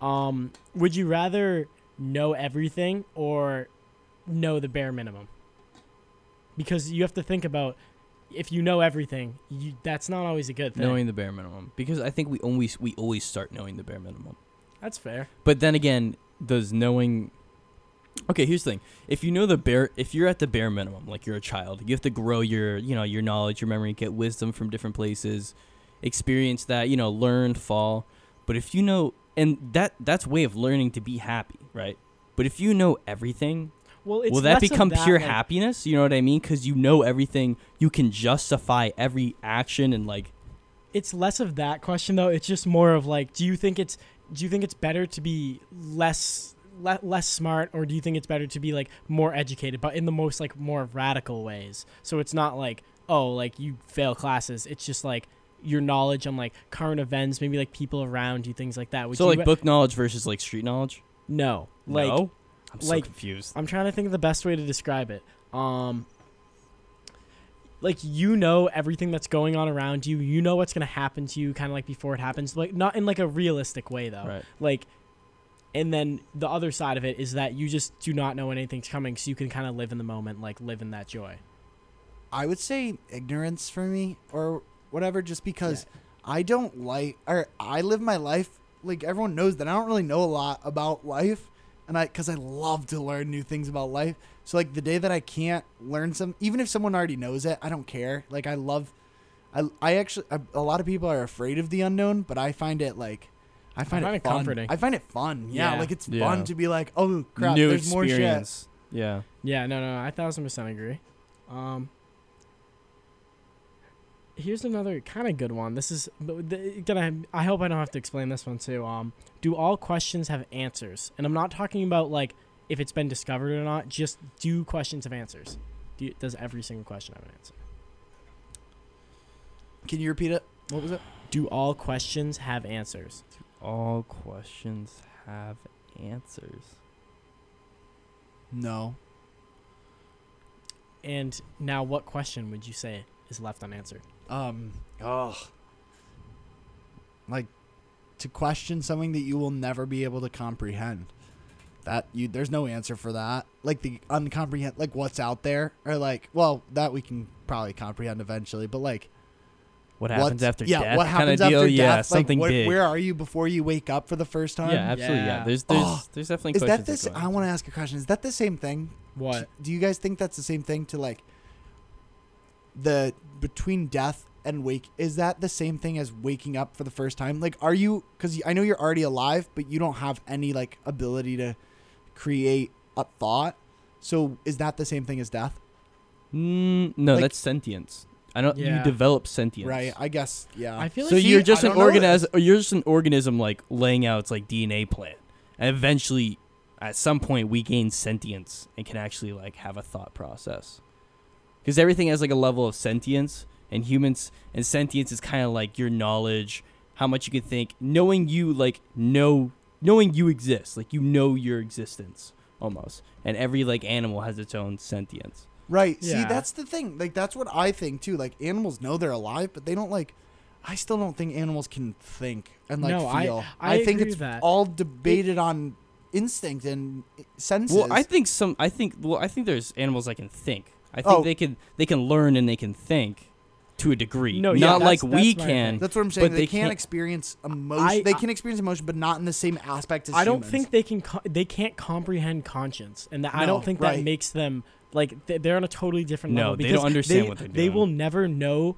Um, would you rather know everything or know the bare minimum? Because you have to think about if you know everything, you, that's not always a good thing. Knowing the bare minimum, because I think we always we always start knowing the bare minimum. that's fair. But then again, does knowing Okay, here's the thing. If you know the bare if you're at the bare minimum, like you're a child, you have to grow your, you know, your knowledge, your memory, get wisdom from different places, experience that, you know, learn, fall. But if you know and that that's way of learning to be happy, right? But if you know everything, Well, it's will that less of become pure like- happiness? You know what I mean? Cuz you know everything, you can justify every action and like it's less of that question though. It's just more of like, do you think it's do you think it's better to be less le- less smart, or do you think it's better to be like more educated, but in the most like more radical ways? So it's not like oh, like you fail classes. It's just like your knowledge on like current events, maybe like people around you, things like that. Would so you like ra- book knowledge versus like street knowledge? no, like no. I'm so like- confused. I'm trying to think of the best way to describe it. Um like you know everything that's going on around you. You know what's going to happen to you kind of like before it happens, like not in like a realistic way though. Right. Like and then the other side of it is that you just do not know when anything's coming, so you can kind of live in the moment, like live in that joy. I would say ignorance for me or whatever, just because I don't like or I live my life like everyone knows that I don't really know a lot about life, and I because I love to learn new things about life. So like the day that I can't learn some, even if someone already knows it, I don't care. Like I love, I I actually I, a lot of people are afraid of the unknown, but I find it like. I find, find it, it fun. comforting. I find it fun. Yeah, Yeah. like it's Yeah. fun to be like, oh crap, there's more shit. Yeah. Yeah, no, no, I thousand percent agree. Um, here's another kind of good one. This is but th- again, I, I hope I don't have to explain this one too. Um, do all questions have answers? And I'm not talking about like if it's been discovered or not. Just do questions have answers? Do you, does every single question have an answer? Can you repeat it? What was it? Do all questions have answers? All questions have answers. No. And now, what question would you say is left unanswered? Um. Oh. Like, to question something that you will never be able to comprehend. That you there's no answer for that. Like the uncomprehend, like what's out there, or like well that we can probably comprehend eventually, but like What what's- happens after yeah, death? what kinda happens deal? after Yeah, death? something like, where- big. Where are you before you wake up for the first time? yeah, absolutely. Yeah. Yeah. There's there's Oh, there's definitely is that questions. this? go I on. want to ask a question. Is that the same thing? What? Do you guys think that's the same thing to like the between death and wake? Is that the same thing as waking up for the first time? Like, are you? Because I know you're already alive, but you don't have any like ability to create a thought. So is that the same thing as death? Mm, no, Like- that's sentience. I don't. Yeah. You develop sentience. Right. I guess. Yeah. I feel so like you're you- just I an don't know that- organism. You're just an organism like laying out its like DNA plan, and eventually, at some point, we gain sentience and can actually like have a thought process. Because everything has like a level of sentience, and humans and sentience is kind of like your knowledge, how much you can think, knowing you like know knowing you exist, like you know your existence almost. And every like animal has its own sentience. Right. See, Yeah. that's the thing. Like that's what I think too. Like animals know they're alive, but they don't like. I still don't think animals can think and like No, I- feel. I think agree it's with that. all debated on instinct and senses. Well, I think some. I think. Well, I think there's animals that can think. I think Oh. they can. They can learn and they can think, to a degree. No, No, yeah, not that's- like we that's my can. thing. that's what I'm saying. but They, they can't can't- experience emotion. I- they can experience emotion, but not in the same aspect as I don't humans. think they can. Co- they can't comprehend conscience, and that, I No, don't think right. that makes them like th- they're on a totally different No, level. they because don't understand they, what they're They doing. will never know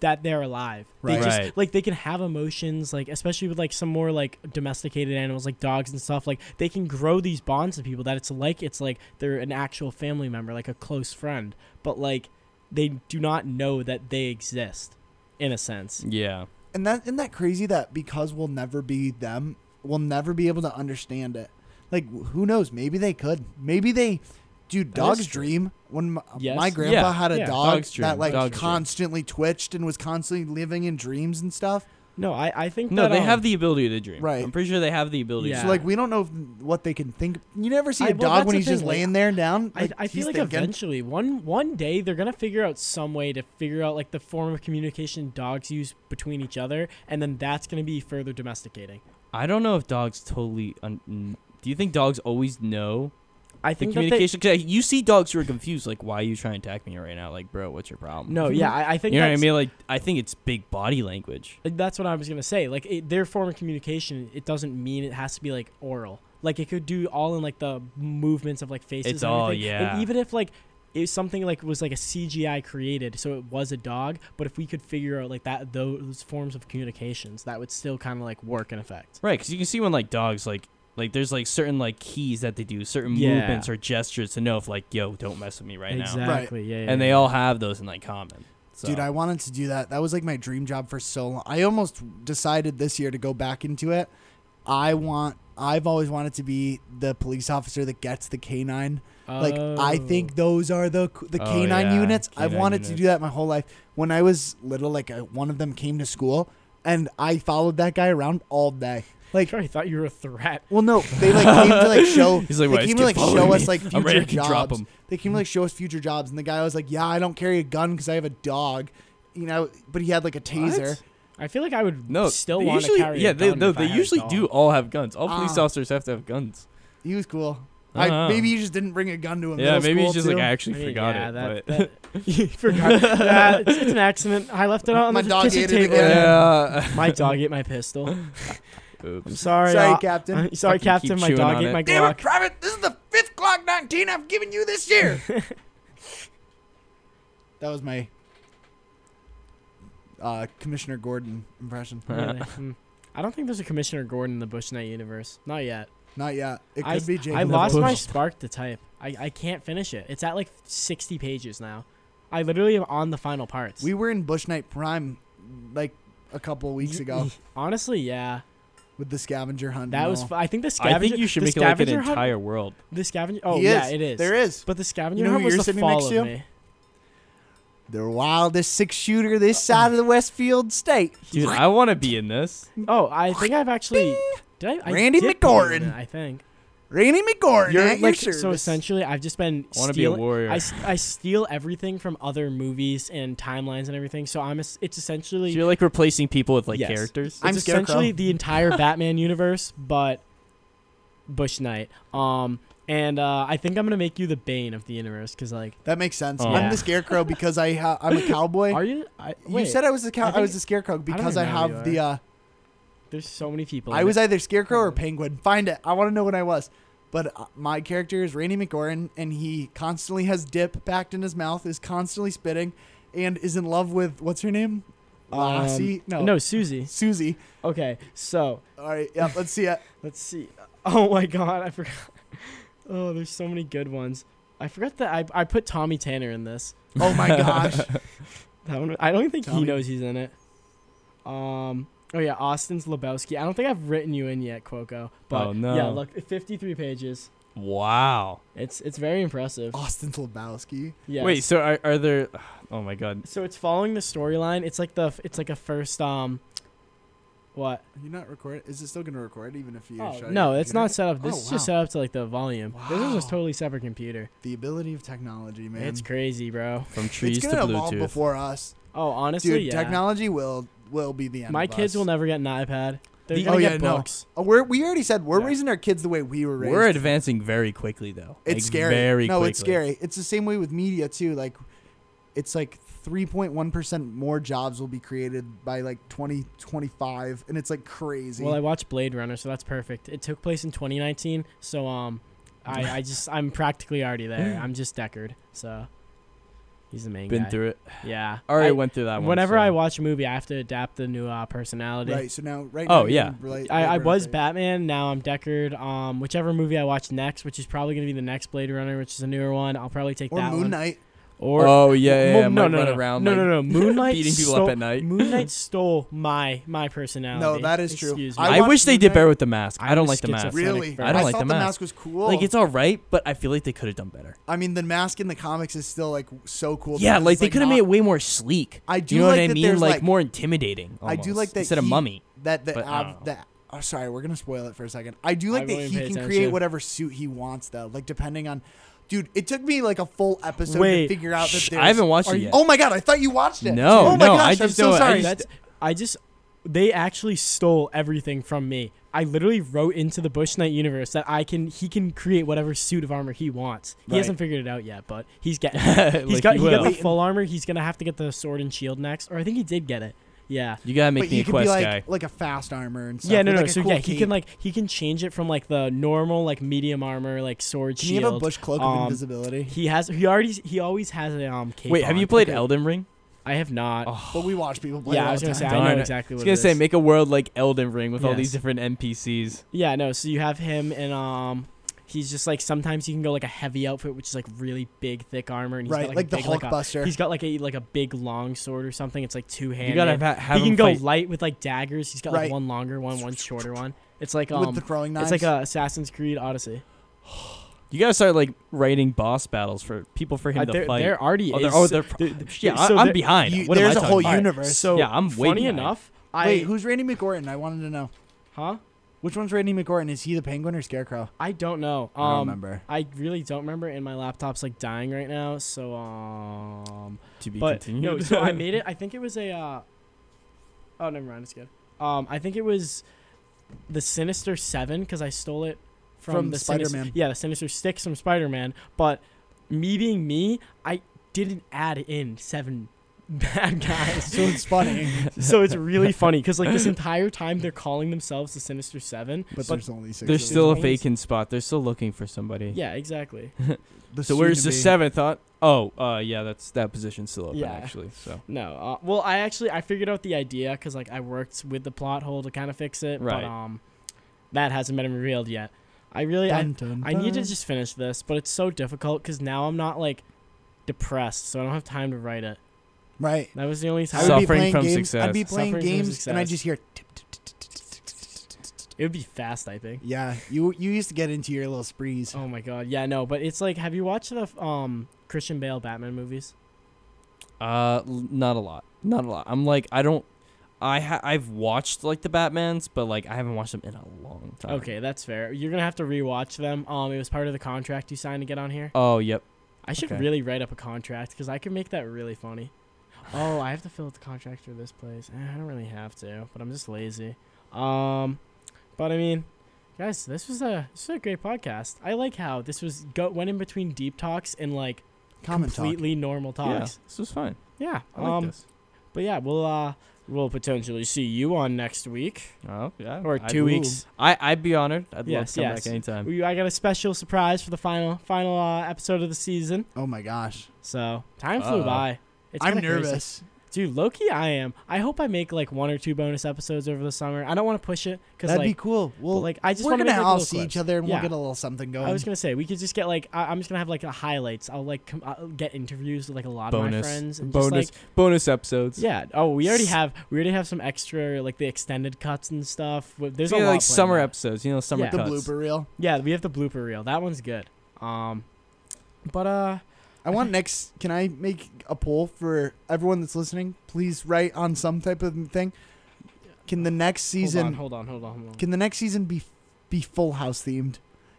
that they're alive. Right. They just Right. like they can have emotions, like especially with like some more like domesticated animals, like dogs and stuff. Like they can grow these bonds with people that it's like it's like they're an actual family member, like a close friend. But like they do not know that they exist, in a sense. yeah. And that isn't that crazy that because we'll never be them, we'll never be able to understand it. Like wh- who knows? Maybe they could. Maybe they. Dude, That dogs is true. dream. When my, Yes. my grandpa Yeah, had a yeah, dog dogs that dream, like dogs dream. constantly twitched and was constantly living in dreams and stuff. No, I I think No, that, they um, have the ability to dream. Right. I'm pretty sure they have the ability. Yeah. To So like we don't know if, what they can think. You never see a I- well, dog that's when the he's just thing, like, laying there down. I, I feel he's like thinking. eventually one one day they're gonna figure out some way to figure out like the form of communication dogs use between each other, and then that's gonna be further domesticating. I don't know if dogs totally. Un- n- do you think dogs always know I the think that they- communication? 'Cause you see dogs who are confused, like, "Why are you trying to attack me right now? Like, bro, what's your problem?" no, yeah, I, I think You know what I that's, mean? Like, I think it's big body language. like, that's what I was gonna say. Like it, their form of communication, it doesn't mean it has to be like oral. Like it could do all in like the movements of like faces. It's and all- everything. yeah. And even if like if something like was like a CGI created, so it was a dog, but if we could figure out like that those forms of communications, that would still kind of like work in effect. Right, because you can see when like dogs like like there's like certain like keys that they do, certain Yeah. movements or gestures to know if like yo, don't mess with me right now. Exactly. Yeah, yeah. And they yeah. all have those in like common. So. Dude, I wanted to do that. That was like my dream job for so long. I almost decided this year to go back into it. I want. I've always wanted to be the police officer that gets the canine. Like I Oh. think those are the c- the Oh, canine yeah, units. I've canine wanted to units. do that my whole life. When I was little, like I, one of them came to school, and I followed that guy around all day. Like Sure, I thought you were a threat. Well, no, they like came to like show. *laughs* He's like, "Wait, they this came to kid like show following us me. like *laughs* I'm ready future to drop jobs. him. They came to like show us future jobs, and the guy was like, "Yeah, I don't carry a gun because I have a dog," you know. But he had like a taser. I feel like I would no still they want usually, to carry. Yeah, a they gun no, if I they had a usually dog. Uh-huh. do all have guns. All police Ah. officers have to have guns. He was cool. Ah. I, maybe you just didn't bring a gun to him. Yeah, middle maybe school, he's just like too. I actually I mean, forgot yeah, it. that- but that- *laughs* you forgot. Yeah, it's, it's an accident. I left it out on My the dog kitchen ate it table. again. *laughs* yeah. *laughs* My dog ate my pistol. I'm Oops. sorry. Sorry, uh, Captain. I'm sorry, Fucking keep Captain. My chewing dog on ate it. my Damn it, Glock. Private! This is the fifth Glock 19 I've given you this *laughs* year. that was my uh, Commissioner Gordon *laughs* impression. Really, *laughs* hmm. I don't think there's a Commissioner Gordon in the Bush Knight universe. Not yet. Not yet. It could I, be Jacob. I lost my *laughs* Bush. spark to type. I, I can't finish it. It's at like 60 pages now. I literally am on the final parts. We were in Bush Night Prime like a couple weeks ago Honestly, yeah. with the scavenger hunt. That and was. all. F- I think the scavenger. I think you should the make it like an scavenger hunt- entire world. The scavenger. Oh He yeah, is. it is. There is. But the scavenger You know hunt who was you're the sitting fall next of to? me. their wildest six shooter this Uh-uh. side of the Westfield State. Dude, I want to be in this. Oh, I think I've actually. Did I, I Randy did put you in McGorton. it, I think. Randy McGorn You're, at your like, so service. essentially, I've just been. I want to be a stealing- warrior. I, s- I steal everything from other movies and timelines and everything. So I'm. es- It's essentially. So you're like replacing people with like Yes. characters. I'm it's essentially Scarecrow. the entire Batman universe, but Bush Knight. Um, and uh, I think I'm gonna make you the Bane of the universe because, like, That makes sense. Oh. I'm Yeah. the *laughs* scarecrow because I ha- I'm a cowboy. are you? I, you wait, said I was the cow- I I, think- was the scarecrow because I, even know who you have the. Uh, there's so many people. I in was it. Hmm. either scarecrow or penguin. Find it. I want to know what I was. But uh, my character is Randy McGoran, and he constantly has dip packed in his mouth, is constantly spitting, and is in love with what's her name? Um, Lassie? No, no Susie. Susie. Okay, so All right, yeah. Let's see uh, it. Let's see. *laughs* Oh my god, I forgot. *laughs* Oh, there's so many good ones. I forgot that I, I put Tommy Tanner in this. *laughs* Oh my gosh. That one I don't think Tommy- he knows he's in it. Um oh yeah, Austin's Lebowski. I don't think I've written you in yet, Cuoco. But Oh, yeah, no. look, 53 pages. Wow. Oh, It's it's very impressive. Austin Lebowski. Yeah. Wait, so are, are there? Oh my god. So it's following the storyline. It's like the f- it's like a first um what? You're not recording. Is it still gonna record even if you? Oh, shut your no, it's not computer? set up. This Oh, is just set wow. up to like the volume. This is just Wow. totally separate computer. The ability of technology, man. It's crazy, bro. From trees It's to gonna evolve Bluetooth. before us, Oh, honestly, dude. yeah. Technology will will be the end. My of kids us. will never get an iPad. They're The- gonna oh, get yeah, no. books. Oh, we're, we already said we're Yeah. raising our kids the way we were raised. We're advancing very quickly though. it's Like, scary. Very no, quickly. it's scary. It's the same way with media too. Like, it's like 3.1 percent more jobs will be created by like 2025, and it's like crazy. Well, I watched Blade Runner, so that's perfect. It took place in 2019, so um, *laughs* I, I just I'm practically already *gasps* there. I'm just Deckard, so he's the main Been guy. through it. Yeah. Already I- went through that one. whenever so- uh, I watch a movie, I have to adapt the new uh, personality. right. So now, right. Oh, now, yeah. I, I was Batman. Now I'm Deckard. Um, whichever movie I watch next, which is probably gonna be the next Blade Runner, which is a newer one, I'll probably take Or that Moon one. Knight. Or Uh, oh yeah, yeah, Well, yeah. no, Mike no, run no, around, no, like, no, no. Moon Knight beating people stole- up at night. Moon Knight stole my my personality. No, that is true. Excuse me. I I, watched wish they Moon did Knight. better with the mask. I don't like the I'm mask. schizophrenic Really? for I don't it. like thought the the mask. mask was cool. Like it's all right, but I feel like they could have done better. I mean, the mask in the comics is still like so cool. Yeah, because like it's, they could have not- made it way more sleek. I do you know like what I that mean? there's, Like, like- more intimidating. I do like almost, that instead of he- mummy. that that But um, I don't av- know. that. Oh, sorry, we're gonna spoil it for a second. I do I like that won't even he pay can create attention. whatever suit he wants though. Like depending on, dude, it took me like a full episode Wait, to figure out that Shh, there's. I haven't watched are it you- yet. Oh my god, I thought you watched it. No, oh my no, gosh, I am just so don't- I sorry. That's I just they actually stole everything from me. I literally wrote into the Bush Knight universe that I can he can create whatever suit of armor he wants. He Right. hasn't figured it out yet, but *laughs* he's getting it. He's He's got he got the full armor. He's gonna have to get the sword and shield next, or I think he did get it. Yeah. You gotta make but me you a could quest be like guy. like a fast armor and stuff. yeah, no, with, no. Like a so cool yeah, he cape. can like he can change it from like the normal like medium armor like sword Can you shield. have a bush cloak um, of invisibility? He has. He already. He always has a um. Cape Wait, have on. you played Okay. Elden Ring? I have not. Oh, But we watch people play. yeah, all I was the gonna say time. I Darn know it. exactly I what. was it gonna say is. make a world like Elden Ring with all these Yes. different NPCs. Yeah, no. So you have him, and um, he's just like sometimes he can go like a heavy outfit, which is like really big, thick armor, and he's right, got, like, like a the big, like, a- Hulkbuster. He's got like a like a big long sword or something. It's like two handed. You gotta have, have he can him go fight. light with like daggers. He's got like Right. one longer one, one shorter one. It's like with um, the throwing knives. it's like a Assassin's Creed Odyssey. You gotta start like writing boss battles for people for him Uh, to there, fight. there already oh, is. they're, *laughs* oh, they're pro- there- yeah, so I, am there- behind. you- what am there's I a talking whole about? Alright, universe. So Yeah, I'm way funny behind. enough. I Wait, who's Randy McGorton? I wanted to know. huh? Which one's Randy McGorton? Is he the penguin or scarecrow? I don't know. Um, I don't remember. I really don't remember, and my laptop's like dying right now. So um, To be but continued. *laughs* no, so I made it. I think it was a. Uh, oh, never mind. It's good. Um, I think it was the Sinister Seven because I stole it from, From the Sinister- Spider-Man. yeah, the Sinister Six from Spider Man. But me being me, I didn't add in seven *laughs* bad guys. So *laughs* it's funny, so *laughs* it's really funny because like this entire time they're calling themselves the Sinister Seven. but there's only six. There's of still a There's always- vacant spot. They're still looking for somebody. Yeah, exactly. them. The So where's the soon-to-be. seventh? On? Oh, uh, yeah, that's that position's still open Yeah. actually. So No. Uh, well, I actually I figured out the idea because like I worked with the plot hole to kind of fix it, Right. but um, that hasn't been revealed yet. I really I, Dun, dun, I need to dun. just finish this, but it's so difficult because now I'm not like depressed, so I don't have time to write it. right. That was the only I would time. Suffering be playing from games. I'd be success. Suffering playing from games, and I success. just hear. it would be fast Oh typing. Yeah, you you used to get into your little sprees. Oh my god, yeah, no, but it's like, have you watched the um Christian Bale Batman movies? Uh, l- not a lot. Not a lot. I'm like I don't. I ha- I've watched like the Batman's, but like I haven't watched them in a long time. Okay, that's fair. You're gonna have to rewatch them. Um, it was part of the contract you signed to get on here. Oh yep. I should okay. really write up a contract because I can make that really funny. Oh, I have to fill out the contract for this place. Eh, I don't really have to, but I'm just lazy. Um, but I mean, guys, this was a this was a great podcast. I like how this was go went in between deep talks and like Common talk. completely normal Yeah, talks. this was fine. Yeah. I like um, this. but yeah, we'll uh we'll potentially see you on next week Oh yeah. or I'd- two weeks. I I'd be honored. I'd love Yes, to come yes. back anytime. We, I got a special surprise for the final final uh, episode of the season. Oh my gosh. So time flew Uh-oh. by. It's I'm kinda crazy. nervous. dude. Loki, I am. I hope I make like one or two bonus episodes over the summer. I don't want to push it because That'd like, be cool. We'll, but, like I just we're want to gonna all like, see little each clips. other and Yeah. we'll get a little something going. I was gonna say we could just get like I, I'm just gonna have like a highlights. I'll like com- I'll get interviews with like a lot of my bonus friends and bonus just like bonus episodes. yeah. Oh, we already have we already have some extra like the extended cuts and stuff. Wh- There's It's kinda a lot like planned summer out. episodes. You know, summer Yeah. the cuts. blooper reel. Yeah, we have the blooper reel. That one's good. Um, but uh, I want next. Can I make a poll for everyone that's listening? Please write on some type of thing. Can the next season? Hold on, hold on, hold on. Hold on. Can the next season be be Full House themed?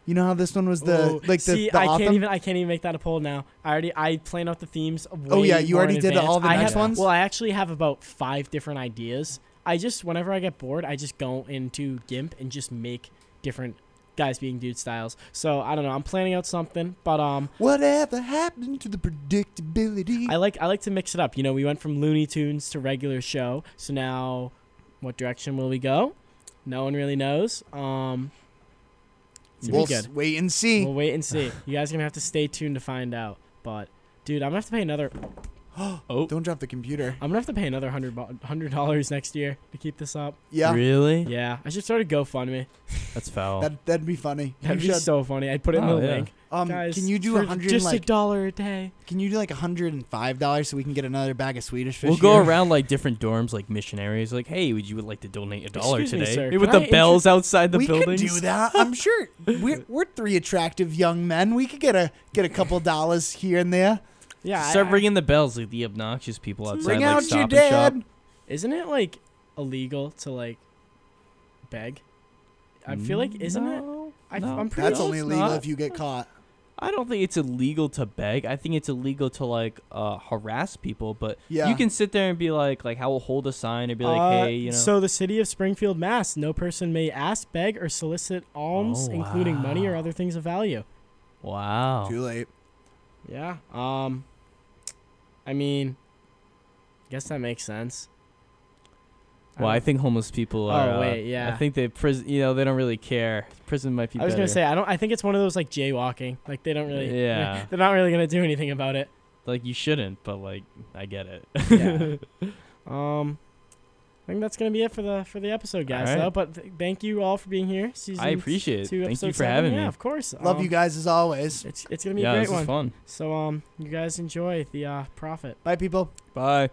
You know how this one was the Ooh, like the, see, the I Otham? can't even I can't even make that a poll now. I already I plan out the themes. Way Oh, yeah, you more in already did advance. all the I next have- ones? Well, I actually have about five different ideas. I just whenever I get bored, I just go into GIMP and just make different guys being dude styles. So I don't know. I'm planning out something, but um, Whatever happened to the predictability? I like I like to mix it up. You know, we went from Looney Tunes to regular show, so now what direction will we go? No one really knows. Um, it's gonna we'll be good. s- wait and see. We'll wait and see. You guys are gonna have to stay tuned to find out. But dude, I'm gonna have to pay another. Oh, Don't drop the computer. I'm gonna have to pay another hundred hundred dollars next year to keep this up. Yeah, really? Yeah, I should start a GoFundMe. That's foul. that that'd be funny. That'd You be should. so funny. I'd put it in Oh, the yeah. link. um, Guys, can you do for a hundred just like? a dollar a day? Can you do like a hundred and five dollars so we can get another bag of Swedish fish? We'll go here? around like different dorms, like missionaries. Like, hey, would you would like to donate a dollar Excuse me, today? sir, with can the I bells outside the we buildings. could do that. I'm sure we're, we're three attractive young men. We could get a get a couple dollars here and there. Yeah. I- Start I- ringing the bells, like the obnoxious people outside, Bring like out Stop your and Shop. dad. isn't it like illegal to like beg? I feel like isn't it? no, I- no, I'm pretty That's No, only it's legal not. if you get caught. I don't think it's illegal to beg. I think it's illegal to like uh, harass people. But Yeah. you can sit there and be like, like how we'll hold a sign and be like, Uh, hey, you know. So the city of Springfield, Mass. No person may ask, beg, or solicit alms, Oh, including money or wow. other things of value. wow. Too late. Yeah. Um I mean guess that makes sense. Well, I don't- think homeless people Oh, are. uh, wait, yeah. I think they prison. You know, they don't really care. Prison might be. I was better. gonna say I don't I think it's one of those like jaywalking. Like they don't really Yeah. *laughs* They're not really gonna do anything about *laughs* it. like you shouldn't, but like I get it. *laughs* Yeah. um I think that's gonna be it for the for the episode, guys. All right. Though, but th- thank you all for being here. Season I appreciate two, it. Thank episode you for seven. having yeah, me. of course. Love Um, Oh. you guys as always. It's it's gonna be Yeah, a this great is one. fun. So um, you guys enjoy the uh, profit. Bye, people. Bye.